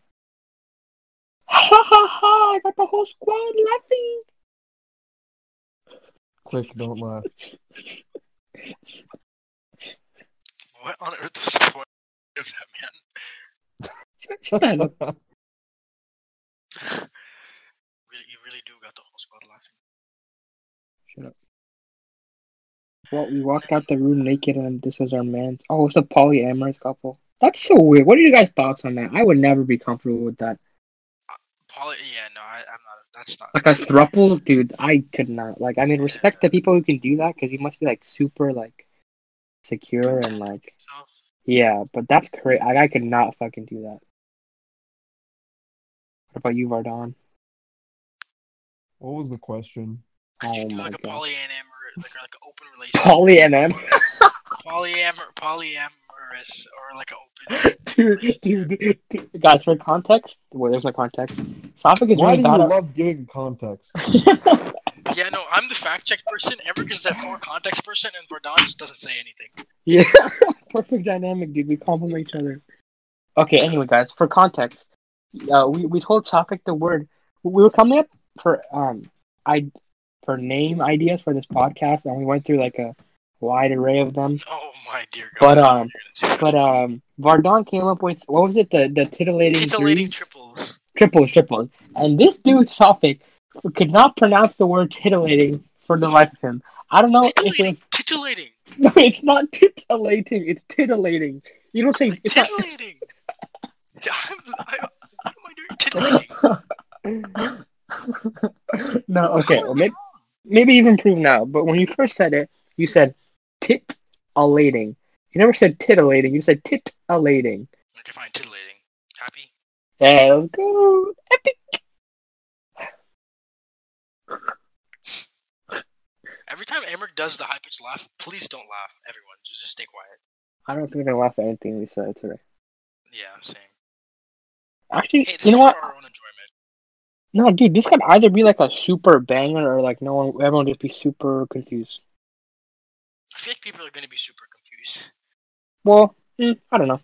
[SPEAKER 1] Ha ha ha! I got the whole squad laughing.
[SPEAKER 3] Quick, don't laugh.
[SPEAKER 2] What on earth is the point of that, man?
[SPEAKER 1] Shut that up.
[SPEAKER 2] Really, you really do got the whole squad laughing.
[SPEAKER 1] Shut up. Well, we walked out the room naked, and this was our man's. Oh, it's a polyamorous couple. That's so weird. What are you guys' thoughts on that? I would never be comfortable with that.
[SPEAKER 2] Poly- yeah, no, I, I'm not. That's not.
[SPEAKER 1] Like a thruple, dude, I could not. Like, I mean, respect the people who can do that because you must be like super like secure and like
[SPEAKER 2] So,
[SPEAKER 1] yeah. But that's crazy. I, I could not fucking do that. What about you, Vardon?
[SPEAKER 3] What was the question?
[SPEAKER 2] could you
[SPEAKER 1] Oh
[SPEAKER 2] do
[SPEAKER 1] my
[SPEAKER 2] like a
[SPEAKER 1] God.
[SPEAKER 2] polyamorous, like, or like an open relationship?
[SPEAKER 1] Polly and M,
[SPEAKER 2] Polyamor- polyamorous, or like an open.
[SPEAKER 1] dude, dude, dude, guys. For context, well, there's no context. Sophic is
[SPEAKER 3] Why
[SPEAKER 1] really
[SPEAKER 3] do you
[SPEAKER 1] bad. at-
[SPEAKER 3] love giving context?
[SPEAKER 2] Yeah, no, I'm the fact check person. Eric is the full context person, and Verdon just doesn't say anything.
[SPEAKER 1] Yeah, perfect dynamic, dude. We complement each other. Okay, anyway, guys, for context, uh, we we told Sophic the word. We were coming up for um, I for name ideas for this podcast, and we went through like a wide array of them.
[SPEAKER 2] Oh my dear God.
[SPEAKER 1] But um,
[SPEAKER 2] You're gonna do
[SPEAKER 1] but
[SPEAKER 2] it.
[SPEAKER 1] um, Vardon came up with what was it? The the titillating
[SPEAKER 2] titillating
[SPEAKER 1] threes?
[SPEAKER 2] triples.
[SPEAKER 1] triples, triples. And this dude Sophic could not pronounce the word titillating for the life of him. I don't know Oh, if it
[SPEAKER 2] Titillating, titillating,
[SPEAKER 1] No, it's not titillating. It's titillating. You don't say it's not.
[SPEAKER 2] titillating. I'm, I, what am I doing? Titillating.
[SPEAKER 1] No, okay.
[SPEAKER 2] How
[SPEAKER 1] Well,
[SPEAKER 2] am
[SPEAKER 1] maybe, maybe you've improved now. But when you first said it, you said titillating. You never said titillating. You said titillating.
[SPEAKER 2] I- Okay, fine, titillating. Happy.
[SPEAKER 1] Hey, let's go. Epic.
[SPEAKER 2] Every time Emmerich does the high pitched laugh, please don't laugh, everyone. Just, just stay quiet.
[SPEAKER 1] I don't think I'm gonna laugh at anything we said today.
[SPEAKER 2] Yeah, same.
[SPEAKER 1] Actually,
[SPEAKER 2] Hey, this
[SPEAKER 1] you know
[SPEAKER 2] is
[SPEAKER 1] what?
[SPEAKER 2] for our own enjoyment.
[SPEAKER 1] No, dude, this could either be like a super banger or like no one, everyone just be super confused.
[SPEAKER 2] I feel like people are going to be super confused.
[SPEAKER 1] Well, mm, I don't know.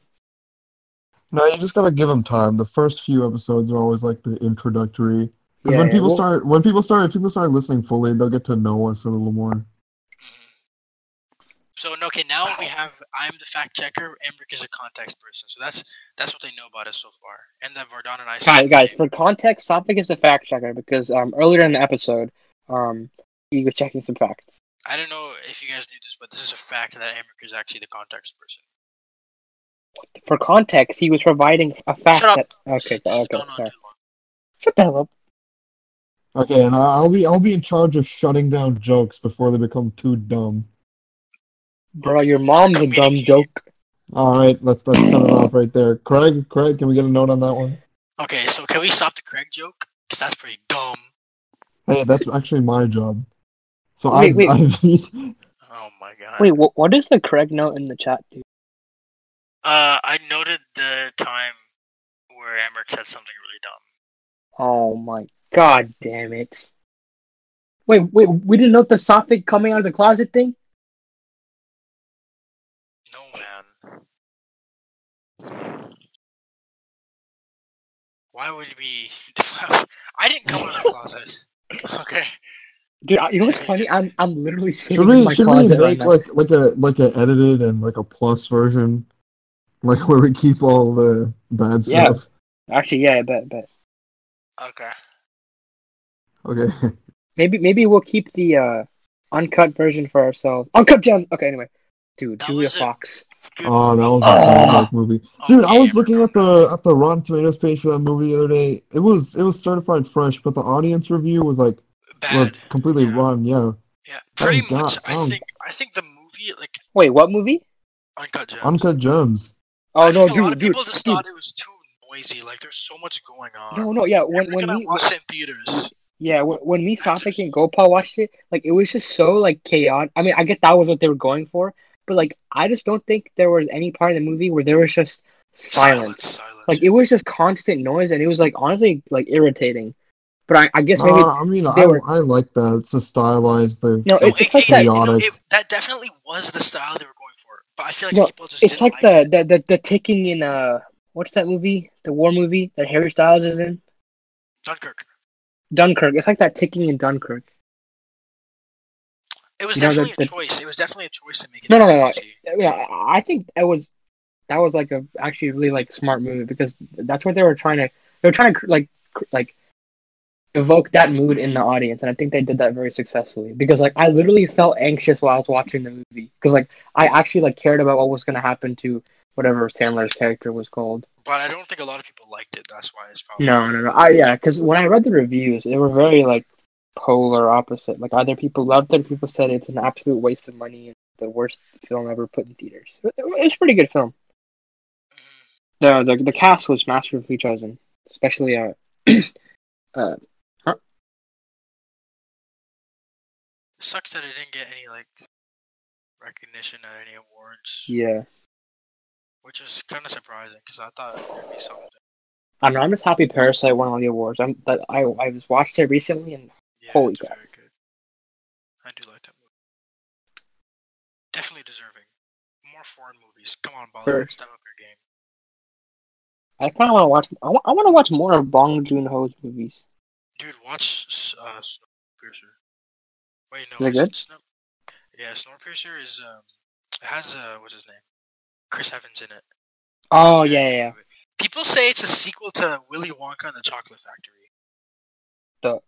[SPEAKER 3] No, you just gotta give them time. The first few episodes are always like the introductory. 'Cause
[SPEAKER 1] Yeah,
[SPEAKER 3] when people
[SPEAKER 1] well-
[SPEAKER 3] start, when people start, if people start listening fully, they'll get to know us a little more.
[SPEAKER 2] Mm-hmm. So no, okay, now we have I'm the fact checker, Emmerich is a context person. So that's that's what they know about us so far. And that Vardon and I
[SPEAKER 1] Guys, guys, for context, Topic is a fact checker because um, earlier in the episode, um, he was checking some facts.
[SPEAKER 2] I don't know if you guys knew this, but this is a fact that Emmerich is actually the context person.
[SPEAKER 1] For context, he was providing a fact
[SPEAKER 2] Shut up.
[SPEAKER 1] that. Okay,
[SPEAKER 2] This has
[SPEAKER 1] okay,
[SPEAKER 2] gone on
[SPEAKER 1] sorry.
[SPEAKER 2] too long.
[SPEAKER 1] Shut the hell up.
[SPEAKER 3] Okay, and I- I'll be I'll be in charge of shutting down jokes before they become too dumb.
[SPEAKER 1] Bro, your mom's a dumb joke.
[SPEAKER 3] All right, let's let's cut it off right there. Craig, Craig, can we get a note on that one?
[SPEAKER 2] Okay, so can we stop the Craig joke? Because that's pretty dumb.
[SPEAKER 3] Hey, that's actually my job. So
[SPEAKER 1] Wait,
[SPEAKER 3] I,
[SPEAKER 1] wait.
[SPEAKER 3] I
[SPEAKER 2] Oh my god.
[SPEAKER 1] Wait, what, what is the correct note in the chat, dude?
[SPEAKER 2] Uh, I noted the time where Emmerich said something really dumb.
[SPEAKER 1] Oh my god damn it. Wait, wait, we didn't note the Sophic coming out of the closet thing?
[SPEAKER 2] No man. Why would we? I didn't come out of the closet. Okay.
[SPEAKER 1] Dude, I- you know what's funny? I'm, I'm literally
[SPEAKER 3] should
[SPEAKER 1] sitting in
[SPEAKER 3] we
[SPEAKER 1] my
[SPEAKER 3] should we
[SPEAKER 1] closet right
[SPEAKER 3] make
[SPEAKER 1] now.
[SPEAKER 3] like like a like a edited and like a plus version, like where we keep all the bad
[SPEAKER 1] Yeah.
[SPEAKER 3] stuff.
[SPEAKER 1] Actually, yeah, I bet, bet.
[SPEAKER 2] Okay.
[SPEAKER 3] Okay.
[SPEAKER 1] Maybe maybe we'll keep the uh, uncut version for ourselves. Uncut gem. Okay, anyway, dude,
[SPEAKER 2] That
[SPEAKER 1] Julia
[SPEAKER 2] was it.
[SPEAKER 1] Fox.
[SPEAKER 2] Good
[SPEAKER 3] Oh, that was a
[SPEAKER 1] Ugh.
[SPEAKER 3] bad movie.
[SPEAKER 2] Oh,
[SPEAKER 3] Dude, I was
[SPEAKER 2] damn.
[SPEAKER 3] looking at the at the Rotten Tomatoes page for that movie the other day. It was it was certified fresh, but the audience review was like was
[SPEAKER 2] bad.
[SPEAKER 3] completely
[SPEAKER 2] Yeah.
[SPEAKER 3] rotten. Yeah,
[SPEAKER 1] oh
[SPEAKER 2] Yeah, pretty
[SPEAKER 3] God,
[SPEAKER 2] much. I
[SPEAKER 3] um.
[SPEAKER 2] think I think the movie like
[SPEAKER 1] Wait, what movie?
[SPEAKER 2] uncut gems.
[SPEAKER 3] uncut gems.
[SPEAKER 1] Oh
[SPEAKER 2] I
[SPEAKER 1] no,
[SPEAKER 2] think a lot
[SPEAKER 1] dude,
[SPEAKER 2] of
[SPEAKER 1] dude,
[SPEAKER 2] people just
[SPEAKER 1] dude.
[SPEAKER 2] thought it was too noisy. Like there's so much going on.
[SPEAKER 1] no, no, yeah. When
[SPEAKER 2] We're
[SPEAKER 1] when
[SPEAKER 2] gonna
[SPEAKER 1] we
[SPEAKER 2] watch it in theaters.
[SPEAKER 1] yeah when, when me Sophic and Gopal watched it, like it was just so like chaotic. I mean, I get that was what they were going for, but like I just don't think there was any part of the movie where there was just silence.
[SPEAKER 2] Silence. Silence.
[SPEAKER 1] Like it was just constant noise, and it was like honestly like irritating. But I, I guess maybe
[SPEAKER 3] Uh, I mean,
[SPEAKER 1] they
[SPEAKER 3] I,
[SPEAKER 1] were-
[SPEAKER 3] I like that. It's a stylized thing.
[SPEAKER 1] no,
[SPEAKER 2] No,
[SPEAKER 1] it, it's like that.
[SPEAKER 2] you know,
[SPEAKER 3] Chaotic.
[SPEAKER 2] it, that definitely was the style they were going for. But I feel like
[SPEAKER 1] No,
[SPEAKER 2] people just
[SPEAKER 1] It's
[SPEAKER 2] didn't
[SPEAKER 1] like
[SPEAKER 2] it.
[SPEAKER 1] the, the, the, the ticking in uh what's that movie? The war movie that Harry Styles is in?
[SPEAKER 2] Dunkirk.
[SPEAKER 1] Dunkirk. It's like that ticking in Dunkirk.
[SPEAKER 2] It was
[SPEAKER 1] You know, the-
[SPEAKER 2] definitely
[SPEAKER 1] the-
[SPEAKER 2] a choice. It was definitely a choice to make it.
[SPEAKER 1] No, no, no, no.
[SPEAKER 2] noisy.
[SPEAKER 1] I mean, I, I think that was that was like a actually really like smart movie because that's what they were trying to they were trying to like cr- like evoke that mood in the audience and I think they did that very successfully because like I literally felt anxious while I was watching the movie because like I actually like cared about what was going to happen to whatever Sandler's character was called.
[SPEAKER 2] But I don't think a lot of people liked it. That's why it's probably
[SPEAKER 1] No, no, no. I yeah, because when I read the reviews, they were very like polar opposite. Like either people loved it, or people said it's an absolute waste of money and the worst film ever put in theaters. It- It's a pretty good film. The the, the cast was masterfully chosen, especially uh, uh
[SPEAKER 2] Sucks that it didn't get any like recognition at any awards,
[SPEAKER 1] yeah.
[SPEAKER 2] which is kind of surprising because I thought it would be something.
[SPEAKER 1] I don't know. I'm just happy Parasite won all the awards. I'm that I I was watched it recently and
[SPEAKER 2] Yeah,
[SPEAKER 1] Holy
[SPEAKER 2] it's
[SPEAKER 1] crap.
[SPEAKER 2] very good. I do like that movie. Definitely deserving. More foreign movies. Come on, Bollywood,
[SPEAKER 1] Sure.
[SPEAKER 2] step up your game.
[SPEAKER 1] I kind of want to watch. I want to watch more of Bong Joon Ho's movies.
[SPEAKER 2] Dude, watch S- uh, Snowpiercer. Wait, no.
[SPEAKER 1] Is it
[SPEAKER 2] it's-
[SPEAKER 1] good?
[SPEAKER 2] it's Snow- yeah, Snowpiercer is um, it has uh, what's his name, Chris Evans in it.
[SPEAKER 1] Oh yeah, yeah, yeah.
[SPEAKER 2] People say it's a sequel to Willy Wonka and the Chocolate Factory.
[SPEAKER 1] The-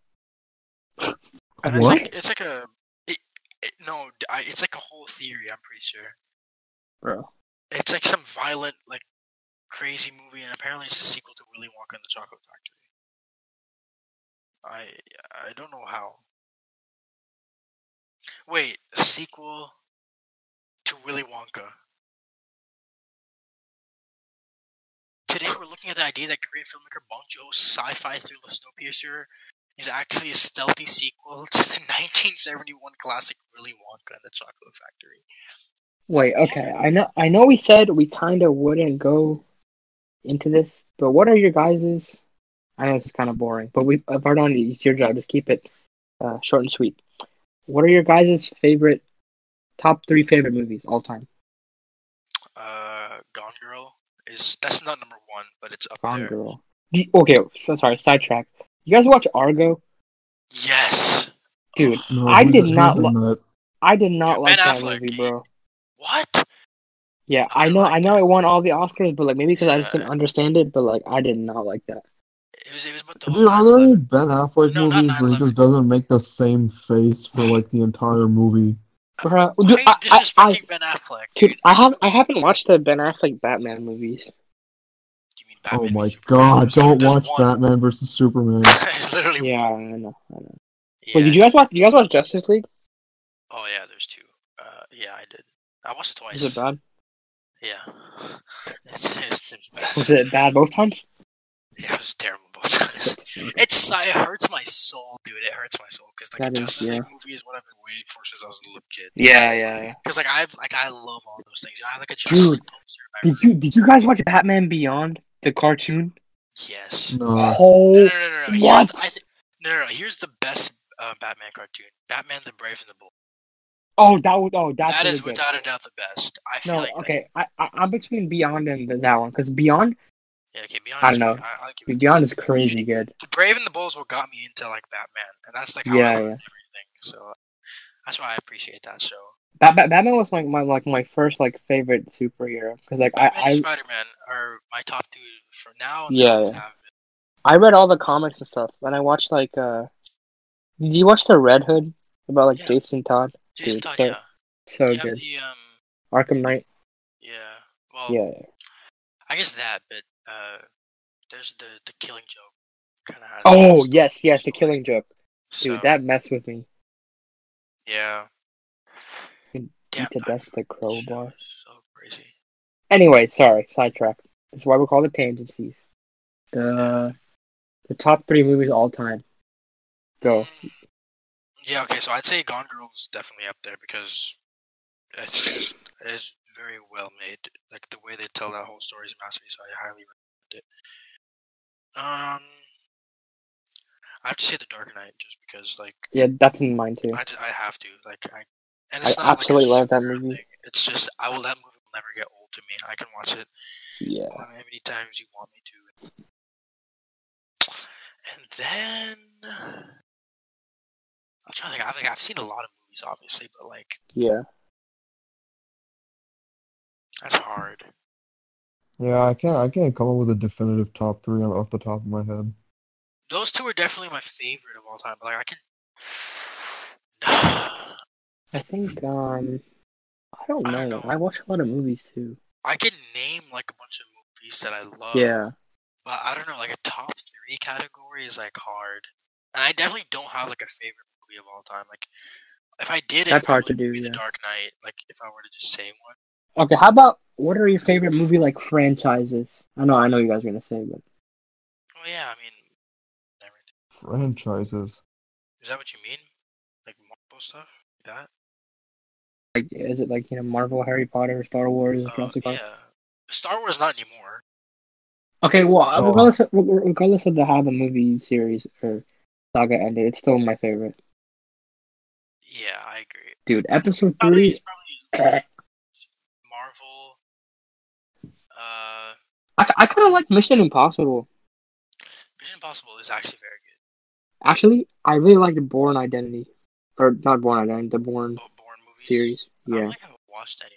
[SPEAKER 2] And it's
[SPEAKER 3] What?
[SPEAKER 2] like it's like a it, it, no, d- I, it's like a whole theory. I'm pretty sure
[SPEAKER 1] bro.
[SPEAKER 2] it's like some violent, like crazy movie, and apparently it's a sequel to Willy Wonka and the Chocolate Factory. I I don't know how. Wait, a sequel to Willy Wonka. Today we're looking at the idea that Korean filmmaker Bong Joon's sci-fi thriller Snowpiercer is actually a stealthy sequel to the 1971 classic Willy Wonka and the Chocolate Factory.
[SPEAKER 1] Wait, okay. I know. I know. We said we kind of wouldn't go into this, but what are your guys's? I know this is kind of boring, but we. If I don't, it's your job. Just keep it uh, short and sweet. What are your guys' favorite? Top three favorite movies all time.
[SPEAKER 2] uh Gone Girl is that's not number one, but it's up
[SPEAKER 1] Gone
[SPEAKER 2] there.
[SPEAKER 1] Girl. Do- Okay, so sorry. Sidetrack. You guys watch Argo,
[SPEAKER 2] Yes.
[SPEAKER 1] dude?
[SPEAKER 3] No,
[SPEAKER 1] I
[SPEAKER 3] who's-
[SPEAKER 1] did
[SPEAKER 3] who's
[SPEAKER 1] not
[SPEAKER 3] in
[SPEAKER 1] lo-
[SPEAKER 3] that?
[SPEAKER 1] I did not
[SPEAKER 2] Ben
[SPEAKER 1] like that
[SPEAKER 2] Affleck,
[SPEAKER 1] movie,
[SPEAKER 2] he-
[SPEAKER 1] bro.
[SPEAKER 2] What?
[SPEAKER 1] Yeah,
[SPEAKER 2] I
[SPEAKER 1] I know,
[SPEAKER 2] like
[SPEAKER 1] I know, it won all the Oscars, but like maybe because I just didn't
[SPEAKER 2] Yeah.
[SPEAKER 1] understand it, but like I did not like that.
[SPEAKER 2] It was it was about the
[SPEAKER 3] Dude, are
[SPEAKER 2] whole
[SPEAKER 3] there any
[SPEAKER 2] 9/11.
[SPEAKER 3] Ben Affleck
[SPEAKER 2] No, not
[SPEAKER 3] movies where he
[SPEAKER 2] 9/11.
[SPEAKER 3] just doesn't make the same face for like the entire movie?
[SPEAKER 1] Bruh,
[SPEAKER 2] Why
[SPEAKER 1] dude,
[SPEAKER 2] are you
[SPEAKER 1] I, I,
[SPEAKER 2] disrespecting
[SPEAKER 1] I,
[SPEAKER 2] Ben Affleck?
[SPEAKER 1] dude,
[SPEAKER 2] dude?
[SPEAKER 1] I have, I haven't watched the Ben Affleck Batman movies.
[SPEAKER 2] You mean Batman
[SPEAKER 3] oh my
[SPEAKER 2] v Superman?
[SPEAKER 3] god,
[SPEAKER 2] There's like-
[SPEAKER 3] don't
[SPEAKER 2] there's
[SPEAKER 3] watch
[SPEAKER 2] one.
[SPEAKER 3] Batman versus Superman.
[SPEAKER 2] There's literally
[SPEAKER 1] Yeah, I know, I know.
[SPEAKER 2] yeah.
[SPEAKER 1] Wait, did you guys watch? You guys watch Justice League?
[SPEAKER 2] Oh yeah, there's two. Uh yeah, I did. I watched it twice.
[SPEAKER 1] Was it bad?
[SPEAKER 2] Yeah. it's, it's, it's bad.
[SPEAKER 1] Was it bad both times?
[SPEAKER 2] Yeah, it was terrible. it's it hurts my soul, dude. It hurts my soul because like
[SPEAKER 1] That
[SPEAKER 2] the
[SPEAKER 1] is,
[SPEAKER 2] Justice
[SPEAKER 1] yeah.
[SPEAKER 2] League movie is what I've been waiting for since I was a little kid.
[SPEAKER 1] Yeah, yeah, yeah.
[SPEAKER 2] Because like I like I love all those things. I have like a Justice
[SPEAKER 1] Dude.
[SPEAKER 2] League poster. in my
[SPEAKER 1] Did you, did you guys watch Batman Beyond the cartoon?
[SPEAKER 2] Yes.
[SPEAKER 3] No.
[SPEAKER 2] No, no,
[SPEAKER 1] Oh,
[SPEAKER 2] no, no. no. Here's
[SPEAKER 1] what?
[SPEAKER 2] The, I thi- no, no, no. Here's the best uh, Batman cartoon: Batman the Brave and the Bold.
[SPEAKER 1] oh, that was, oh, that's
[SPEAKER 2] That
[SPEAKER 1] really
[SPEAKER 2] is
[SPEAKER 1] good.
[SPEAKER 2] without a doubt the best. I feel
[SPEAKER 1] No,
[SPEAKER 2] like
[SPEAKER 1] okay, I, I, I'm between Beyond and the, that one because Beyond,
[SPEAKER 2] That. Yeah, okay. Be honest.
[SPEAKER 1] I don't know.
[SPEAKER 2] I, I'll give it.
[SPEAKER 1] Beyond is crazy good.
[SPEAKER 2] The Brave and the Bold is what got me into like Batman, and that's like how I
[SPEAKER 1] Yeah,
[SPEAKER 2] learned
[SPEAKER 1] yeah.
[SPEAKER 2] everything. So uh, that's why I appreciate that show.
[SPEAKER 1] Bat- Bat- Batman was like my like my first like favorite superhero because like I,
[SPEAKER 2] Batman and
[SPEAKER 1] I
[SPEAKER 2] Spider Man are my top two for now. and
[SPEAKER 1] Yeah,
[SPEAKER 2] then
[SPEAKER 1] yeah.
[SPEAKER 2] Batman.
[SPEAKER 1] I read all the comics and stuff and I watched like uh did you watch the Red Hood about like
[SPEAKER 2] Yeah.
[SPEAKER 1] Jason Todd
[SPEAKER 2] Jason
[SPEAKER 1] Dude,
[SPEAKER 2] Todd.
[SPEAKER 1] so
[SPEAKER 2] Yeah.
[SPEAKER 1] so
[SPEAKER 2] you have
[SPEAKER 1] good
[SPEAKER 2] the um.
[SPEAKER 1] Arkham Knight
[SPEAKER 2] Yeah. Well.
[SPEAKER 1] yeah yeah.
[SPEAKER 2] I guess that, but uh, there's the the killing joke. Kind of.
[SPEAKER 1] oh yes yes the Killing Joke dude that messed with me
[SPEAKER 2] Yeah.
[SPEAKER 1] Beat
[SPEAKER 2] Damn,
[SPEAKER 1] to
[SPEAKER 2] that
[SPEAKER 1] death the
[SPEAKER 2] show
[SPEAKER 1] crowbar
[SPEAKER 2] is So crazy.
[SPEAKER 1] anyway sorry sidetrack that's why we call it tangencies the the top three movies of all time go
[SPEAKER 2] Mm. Yeah. Okay. So I'd say Gone Girl is definitely up there because it's just it's very well made. Like the way they tell that whole story is masterly. So I highly recommend it. Um, I have to say The Dark Knight just because like
[SPEAKER 1] yeah that's in mine too
[SPEAKER 2] I, ju- I have to like I and
[SPEAKER 1] I
[SPEAKER 2] it's not
[SPEAKER 1] absolutely
[SPEAKER 2] like a
[SPEAKER 1] love that
[SPEAKER 2] superhero
[SPEAKER 1] movie.
[SPEAKER 2] thing. It's just I will that movie will never get old to me. I can watch it
[SPEAKER 1] yeah
[SPEAKER 2] how many times you want me to. And then I'm trying to think. I've, like, I've seen a lot of movies, obviously, but like
[SPEAKER 1] yeah
[SPEAKER 2] that's hard.
[SPEAKER 3] Yeah, I can't I can't come up with a definitive top three off the top of my head.
[SPEAKER 2] Those two are definitely my favorite of all time. But like I can.
[SPEAKER 1] I think um I don't know.
[SPEAKER 2] I
[SPEAKER 1] I,
[SPEAKER 2] don't know.
[SPEAKER 1] watch a lot of movies too.
[SPEAKER 2] I can name like a bunch of movies that I love.
[SPEAKER 1] Yeah.
[SPEAKER 2] But I don't know, like a top three category is like hard. And I definitely don't have like a favorite movie of all time. Like if I did it,
[SPEAKER 1] That's hard to
[SPEAKER 2] probably would
[SPEAKER 1] do,
[SPEAKER 2] be The
[SPEAKER 1] yeah.
[SPEAKER 2] Dark Knight. Like if I were to just say one,
[SPEAKER 1] Okay, how about what are your favorite movie like franchises? I know, I know you guys are gonna say, but
[SPEAKER 2] oh yeah, I mean, everything.
[SPEAKER 3] Franchises.
[SPEAKER 2] Is that what you mean? Like Marvel stuff, like that.
[SPEAKER 1] like, is it like you know Marvel, Harry Potter, Star Wars,
[SPEAKER 2] Uh,
[SPEAKER 1] Jurassic Park?
[SPEAKER 2] yeah. Star Wars not anymore.
[SPEAKER 1] Okay, well,
[SPEAKER 3] So-
[SPEAKER 1] regardless, of, regardless of the how the movie series or saga ended, it's still my favorite,
[SPEAKER 2] Yeah, I agree.
[SPEAKER 1] dude. Episode three,
[SPEAKER 2] Probably, it's probably
[SPEAKER 1] eh,
[SPEAKER 2] Marvel. Uh,
[SPEAKER 1] I, I kind of like Mission Impossible.
[SPEAKER 2] Mission Impossible is actually very good.
[SPEAKER 1] Actually, I really liked Born Identity, or not Born Identity, the Born
[SPEAKER 2] Both Bourne movies.
[SPEAKER 1] series.
[SPEAKER 2] I don't
[SPEAKER 1] Yeah,
[SPEAKER 2] think I've watched any. of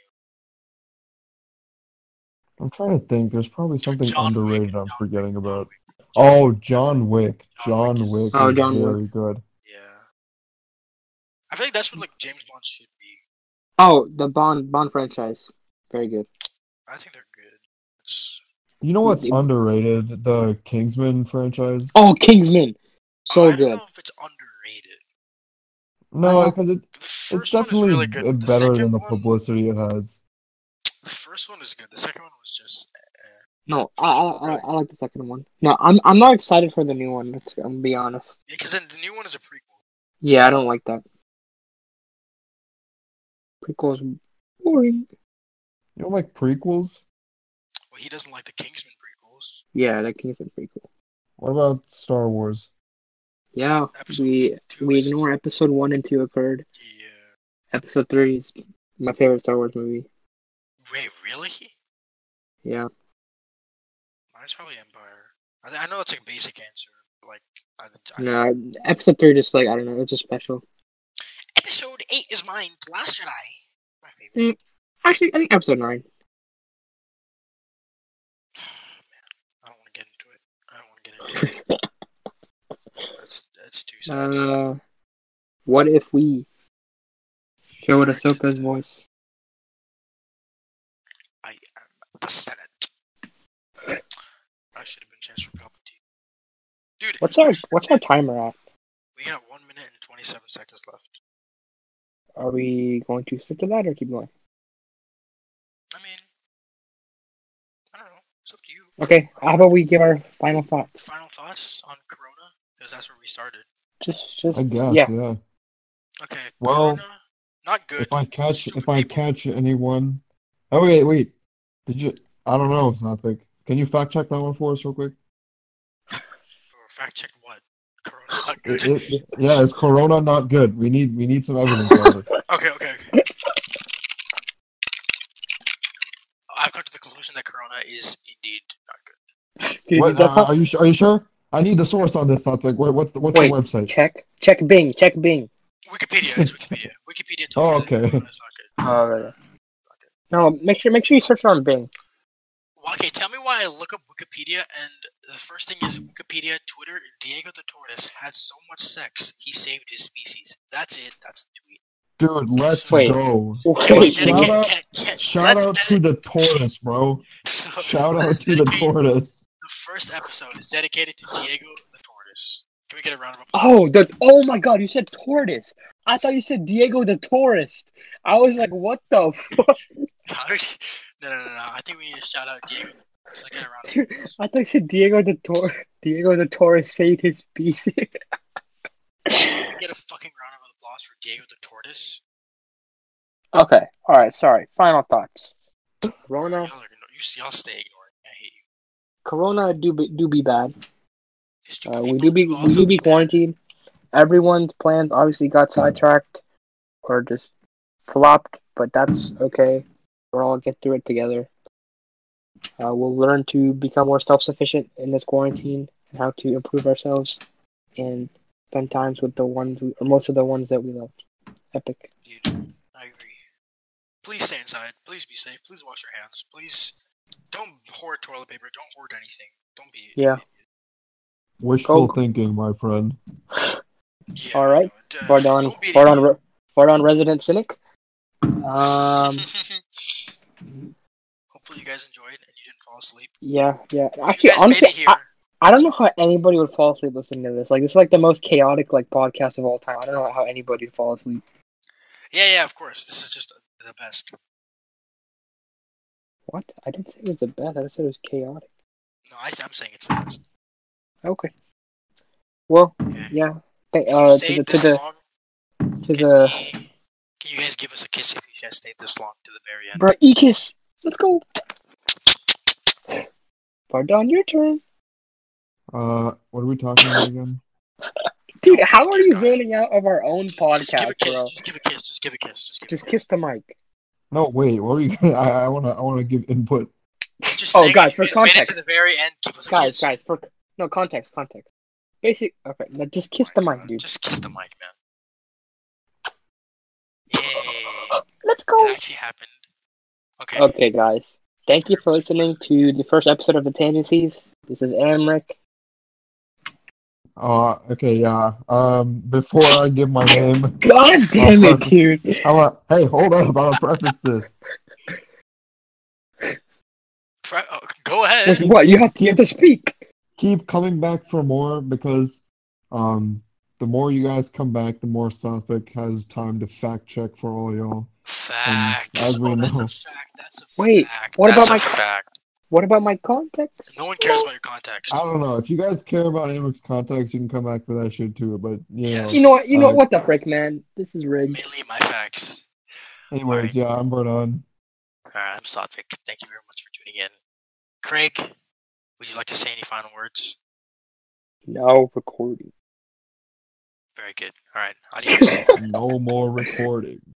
[SPEAKER 3] I'm trying to think. There's probably
[SPEAKER 2] them.
[SPEAKER 3] something
[SPEAKER 2] John Wick,
[SPEAKER 3] underrated
[SPEAKER 2] John
[SPEAKER 3] I'm
[SPEAKER 2] Wick,
[SPEAKER 3] forgetting
[SPEAKER 2] John
[SPEAKER 3] about.
[SPEAKER 2] Wick.
[SPEAKER 3] Oh, John Wick.
[SPEAKER 2] John Wick
[SPEAKER 3] John
[SPEAKER 2] is-
[SPEAKER 3] Wick.
[SPEAKER 1] Oh,
[SPEAKER 3] is
[SPEAKER 1] John Wick.
[SPEAKER 3] Very good.
[SPEAKER 2] Yeah. I feel like that's what like James Bond should be.
[SPEAKER 1] Oh, the Bond Bond franchise, very good.
[SPEAKER 2] I think they're good. It's-
[SPEAKER 3] You know what's
[SPEAKER 1] It-
[SPEAKER 3] underrated? The Kingsman franchise.
[SPEAKER 1] Oh, Kingsman, so
[SPEAKER 2] I
[SPEAKER 1] good.
[SPEAKER 2] don't know if it's underrated.
[SPEAKER 3] No,
[SPEAKER 1] I-
[SPEAKER 3] because it,
[SPEAKER 2] The
[SPEAKER 3] it's
[SPEAKER 2] first one
[SPEAKER 3] definitely
[SPEAKER 2] is really good.
[SPEAKER 3] uh,
[SPEAKER 2] The
[SPEAKER 3] better than
[SPEAKER 2] second
[SPEAKER 3] the
[SPEAKER 2] one-
[SPEAKER 3] publicity it has.
[SPEAKER 2] The first one is good. The second one was just. eh.
[SPEAKER 1] No, I I, I I like the second one. No, I'm I'm not excited for the new one. Let's I'm gonna be honest.
[SPEAKER 2] Yeah, because then the new one is a prequel.
[SPEAKER 1] Yeah, I don't like that. Prequels boring.
[SPEAKER 3] You don't like prequels?
[SPEAKER 2] Well, he doesn't like the Kingsman prequels.
[SPEAKER 1] Yeah, that Kingsman prequel.
[SPEAKER 3] What about Star Wars?
[SPEAKER 1] Yeah,
[SPEAKER 2] Episode
[SPEAKER 1] we
[SPEAKER 2] two
[SPEAKER 1] we
[SPEAKER 2] is-
[SPEAKER 1] ignore episode one and two occurred.
[SPEAKER 2] Yeah.
[SPEAKER 1] Episode three is my favorite Star Wars movie.
[SPEAKER 2] Wait, really?
[SPEAKER 1] Yeah,
[SPEAKER 2] Mine's probably Empire. I, th- I know that's a basic answer. But like, I, think I,
[SPEAKER 1] no, episode three just like I don't know, it's just special.
[SPEAKER 2] episode eight is mine. The Last Jedi. My favorite.
[SPEAKER 1] Actually, I think episode nine.
[SPEAKER 2] I don't want to get into it. I don't want to get into it. that's, that's too sad.
[SPEAKER 1] Uh, what if we showed Ahsoka's voice?
[SPEAKER 2] I am the Senate. I should have been Chancellor Palpatine. Dude,
[SPEAKER 1] What's our what's our timer at?
[SPEAKER 2] we got one minute and twenty-seven seconds left.
[SPEAKER 1] Are we going to stick to that or keep going?
[SPEAKER 2] I mean, I don't know. It's up to you.
[SPEAKER 1] Okay, how about we give our final thoughts?
[SPEAKER 2] Final thoughts on Corona, because that's where we started.
[SPEAKER 1] Just,
[SPEAKER 3] I
[SPEAKER 1] just,
[SPEAKER 3] guess,
[SPEAKER 1] yeah.
[SPEAKER 3] yeah.
[SPEAKER 2] Okay.
[SPEAKER 3] Well-
[SPEAKER 2] Corona, not good.
[SPEAKER 3] If I catch
[SPEAKER 2] Stupid
[SPEAKER 3] if I
[SPEAKER 2] people.
[SPEAKER 3] catch anyone Oh wait, wait. Did you I don't know, Snapik. Can you fact check that one for us real quick?
[SPEAKER 2] Or fact check what? Corona, not
[SPEAKER 3] It-
[SPEAKER 2] good.
[SPEAKER 3] it- yeah, is Corona not good? We need we need some evidence of it.
[SPEAKER 2] Okay, okay, okay. I've come to the conclusion that Corona is indeed not good.
[SPEAKER 1] Dude,
[SPEAKER 3] What,
[SPEAKER 1] that's
[SPEAKER 3] uh,
[SPEAKER 1] how-
[SPEAKER 3] are you su- are you sure? I need the source on this, Snapik. What, what's the, what's
[SPEAKER 1] Wait.
[SPEAKER 3] the website?
[SPEAKER 1] check, check Bing, check Bing.
[SPEAKER 2] Wikipedia, it's Wikipedia. Wikipedia told
[SPEAKER 3] Oh,
[SPEAKER 2] me that
[SPEAKER 3] okay.
[SPEAKER 2] Corona's not good.
[SPEAKER 1] Uh, No, make sure, make sure you search on Bing.
[SPEAKER 2] Well, okay, tell me why I look up Wikipedia and the first thing is Wikipedia, Twitter, Diego the tortoise had so much sex, he saved his species. That's it. That's the tweet.
[SPEAKER 3] Dude, let's
[SPEAKER 1] Wait.
[SPEAKER 3] go.
[SPEAKER 2] Can we
[SPEAKER 1] Wait,
[SPEAKER 3] shout
[SPEAKER 2] dedicate?
[SPEAKER 3] out-
[SPEAKER 2] Can, can,
[SPEAKER 3] Shout
[SPEAKER 2] let's
[SPEAKER 3] out to
[SPEAKER 2] dedi-
[SPEAKER 3] the tortoise, bro.
[SPEAKER 2] so,
[SPEAKER 3] Shout out
[SPEAKER 2] let's
[SPEAKER 3] to the
[SPEAKER 2] dedicate-
[SPEAKER 3] tortoise.
[SPEAKER 2] The first episode is dedicated to Diego the tortoise. Can we get a round of applause?
[SPEAKER 1] oh, the, oh my God, you said tortoise. I thought you said Diego the tourist. I was like, what the fuck?
[SPEAKER 2] no, no, no, no. I think we need to shout out Diego. Let's get a round.
[SPEAKER 1] Dude,
[SPEAKER 2] Of
[SPEAKER 1] I thought you said Diego the tour. Diego the tourist saved his species.
[SPEAKER 2] Can we get a fucking round of applause for Diego the tortoise.
[SPEAKER 1] okay, all right, sorry. Final thoughts.
[SPEAKER 2] Y'all
[SPEAKER 1] Corona,
[SPEAKER 2] are, igno- you see, y'all stay ignoring. me. I hate you.
[SPEAKER 1] Corona do be, do be bad.
[SPEAKER 2] These stupid
[SPEAKER 1] Uh, we
[SPEAKER 2] people
[SPEAKER 1] do be
[SPEAKER 2] who
[SPEAKER 1] we
[SPEAKER 2] also
[SPEAKER 1] do be
[SPEAKER 2] bad.
[SPEAKER 1] quarantined. Everyone's plans obviously got
[SPEAKER 2] Hmm.
[SPEAKER 1] sidetracked or just flopped, but that's okay. We'll all get through it together. Uh, we'll learn to become more self-sufficient in this quarantine and how to improve ourselves and spend times with the ones we, or most of the ones that we love. Epic.
[SPEAKER 2] Dude, I agree. Please stay inside. Please be safe. Please wash your hands. Please don't hoard toilet paper. Don't hoard anything. Don't be.
[SPEAKER 1] Yeah.
[SPEAKER 3] Wishful
[SPEAKER 1] Coke.
[SPEAKER 3] thinking, my friend.
[SPEAKER 2] yeah
[SPEAKER 1] All right.
[SPEAKER 2] no, d-
[SPEAKER 1] Bardon,
[SPEAKER 2] don't be an
[SPEAKER 1] Bardon,
[SPEAKER 2] idiot.
[SPEAKER 1] re- Bardon resident cynic. Um,
[SPEAKER 2] Hopefully hopefully you guys enjoyed and you didn't fall asleep.
[SPEAKER 1] Yeah, yeah.
[SPEAKER 2] If you
[SPEAKER 1] Actually,
[SPEAKER 2] guys made
[SPEAKER 1] honestly,
[SPEAKER 2] it here,
[SPEAKER 1] I, I don't know how anybody would fall asleep listening to this. Like, this is like the most chaotic like podcast of all time. I don't know how anybody would fall asleep.
[SPEAKER 2] yeah, yeah, of course. This is just the best.
[SPEAKER 1] What? I didn't say it was the best. I just said it was chaotic.
[SPEAKER 2] No, I, I'm saying it's the best.
[SPEAKER 1] Okay. Well,
[SPEAKER 2] Okay.
[SPEAKER 1] yeah. Th-
[SPEAKER 2] If
[SPEAKER 1] uh,
[SPEAKER 2] you
[SPEAKER 1] to
[SPEAKER 2] stayed
[SPEAKER 1] the to
[SPEAKER 2] this
[SPEAKER 1] the
[SPEAKER 2] long,
[SPEAKER 1] to
[SPEAKER 2] can,
[SPEAKER 1] the
[SPEAKER 2] you, can you guys give us a kiss if you guys stayed this long to the very end?
[SPEAKER 1] bro, Ekis. Let's go. Pardon, your turn,
[SPEAKER 3] Uh, what are we talking about again?
[SPEAKER 1] dude.
[SPEAKER 2] No,
[SPEAKER 1] How are
[SPEAKER 2] you're
[SPEAKER 1] you
[SPEAKER 2] not.
[SPEAKER 1] zoning out of our own
[SPEAKER 2] Oh Just, just give a
[SPEAKER 1] podcast,
[SPEAKER 2] kiss.
[SPEAKER 1] bro?
[SPEAKER 2] Just give a kiss. Just give a kiss. Just give
[SPEAKER 1] Just
[SPEAKER 2] a kiss.
[SPEAKER 1] kiss the mic.
[SPEAKER 3] No, wait. What are you? I, I wanna I wanna give input.
[SPEAKER 2] Just
[SPEAKER 1] Oh,
[SPEAKER 2] saying,
[SPEAKER 1] guys,
[SPEAKER 2] if
[SPEAKER 1] for
[SPEAKER 2] you guys Made it to
[SPEAKER 1] context.
[SPEAKER 2] the very end. Give us a
[SPEAKER 1] guys,
[SPEAKER 2] kiss.
[SPEAKER 1] guys, for no context, context. Basic. Okay, now just kiss the mic, dude.
[SPEAKER 2] Just kiss the mic, man. Yay!
[SPEAKER 1] Let's
[SPEAKER 2] It actually happened. Okay.
[SPEAKER 1] Okay, guys. Thank you for listening to the first episode of the Tangencies. This is Amric.
[SPEAKER 3] Uh, okay, yeah. Um, before I give my name,
[SPEAKER 1] God damn it, dude!
[SPEAKER 3] I want. Hey, hold up. I want to preface this.
[SPEAKER 2] Pre- oh, go ahead.
[SPEAKER 1] That's what you have to you have to speak.
[SPEAKER 3] Keep coming back for more because, um, the more you guys come back, the more Suffolk has time to fact check for all y'all.
[SPEAKER 2] Facts.
[SPEAKER 3] as we
[SPEAKER 2] Oh, that's
[SPEAKER 3] know.
[SPEAKER 2] a fact. That's a
[SPEAKER 1] Wait,
[SPEAKER 2] fact.
[SPEAKER 1] what
[SPEAKER 2] that's
[SPEAKER 1] about
[SPEAKER 2] a
[SPEAKER 1] my-
[SPEAKER 2] fact?
[SPEAKER 1] What about my context?
[SPEAKER 2] No one cares about your context.
[SPEAKER 3] I don't know if you guys care about Amic's contacts, you can come back for that shit too. But you know,
[SPEAKER 2] Yes.
[SPEAKER 1] You know what? You know
[SPEAKER 3] Uh,
[SPEAKER 1] what the frick, man? This is rigged.
[SPEAKER 2] Mainly my facts.
[SPEAKER 3] anyways, yeah, I'm Bernard.
[SPEAKER 2] All right, I'm Sotvik. Thank you very much for tuning in. Craig, would you like to say any final words?
[SPEAKER 1] Now recording.
[SPEAKER 2] Very good. All right. Adios.
[SPEAKER 3] No more recording.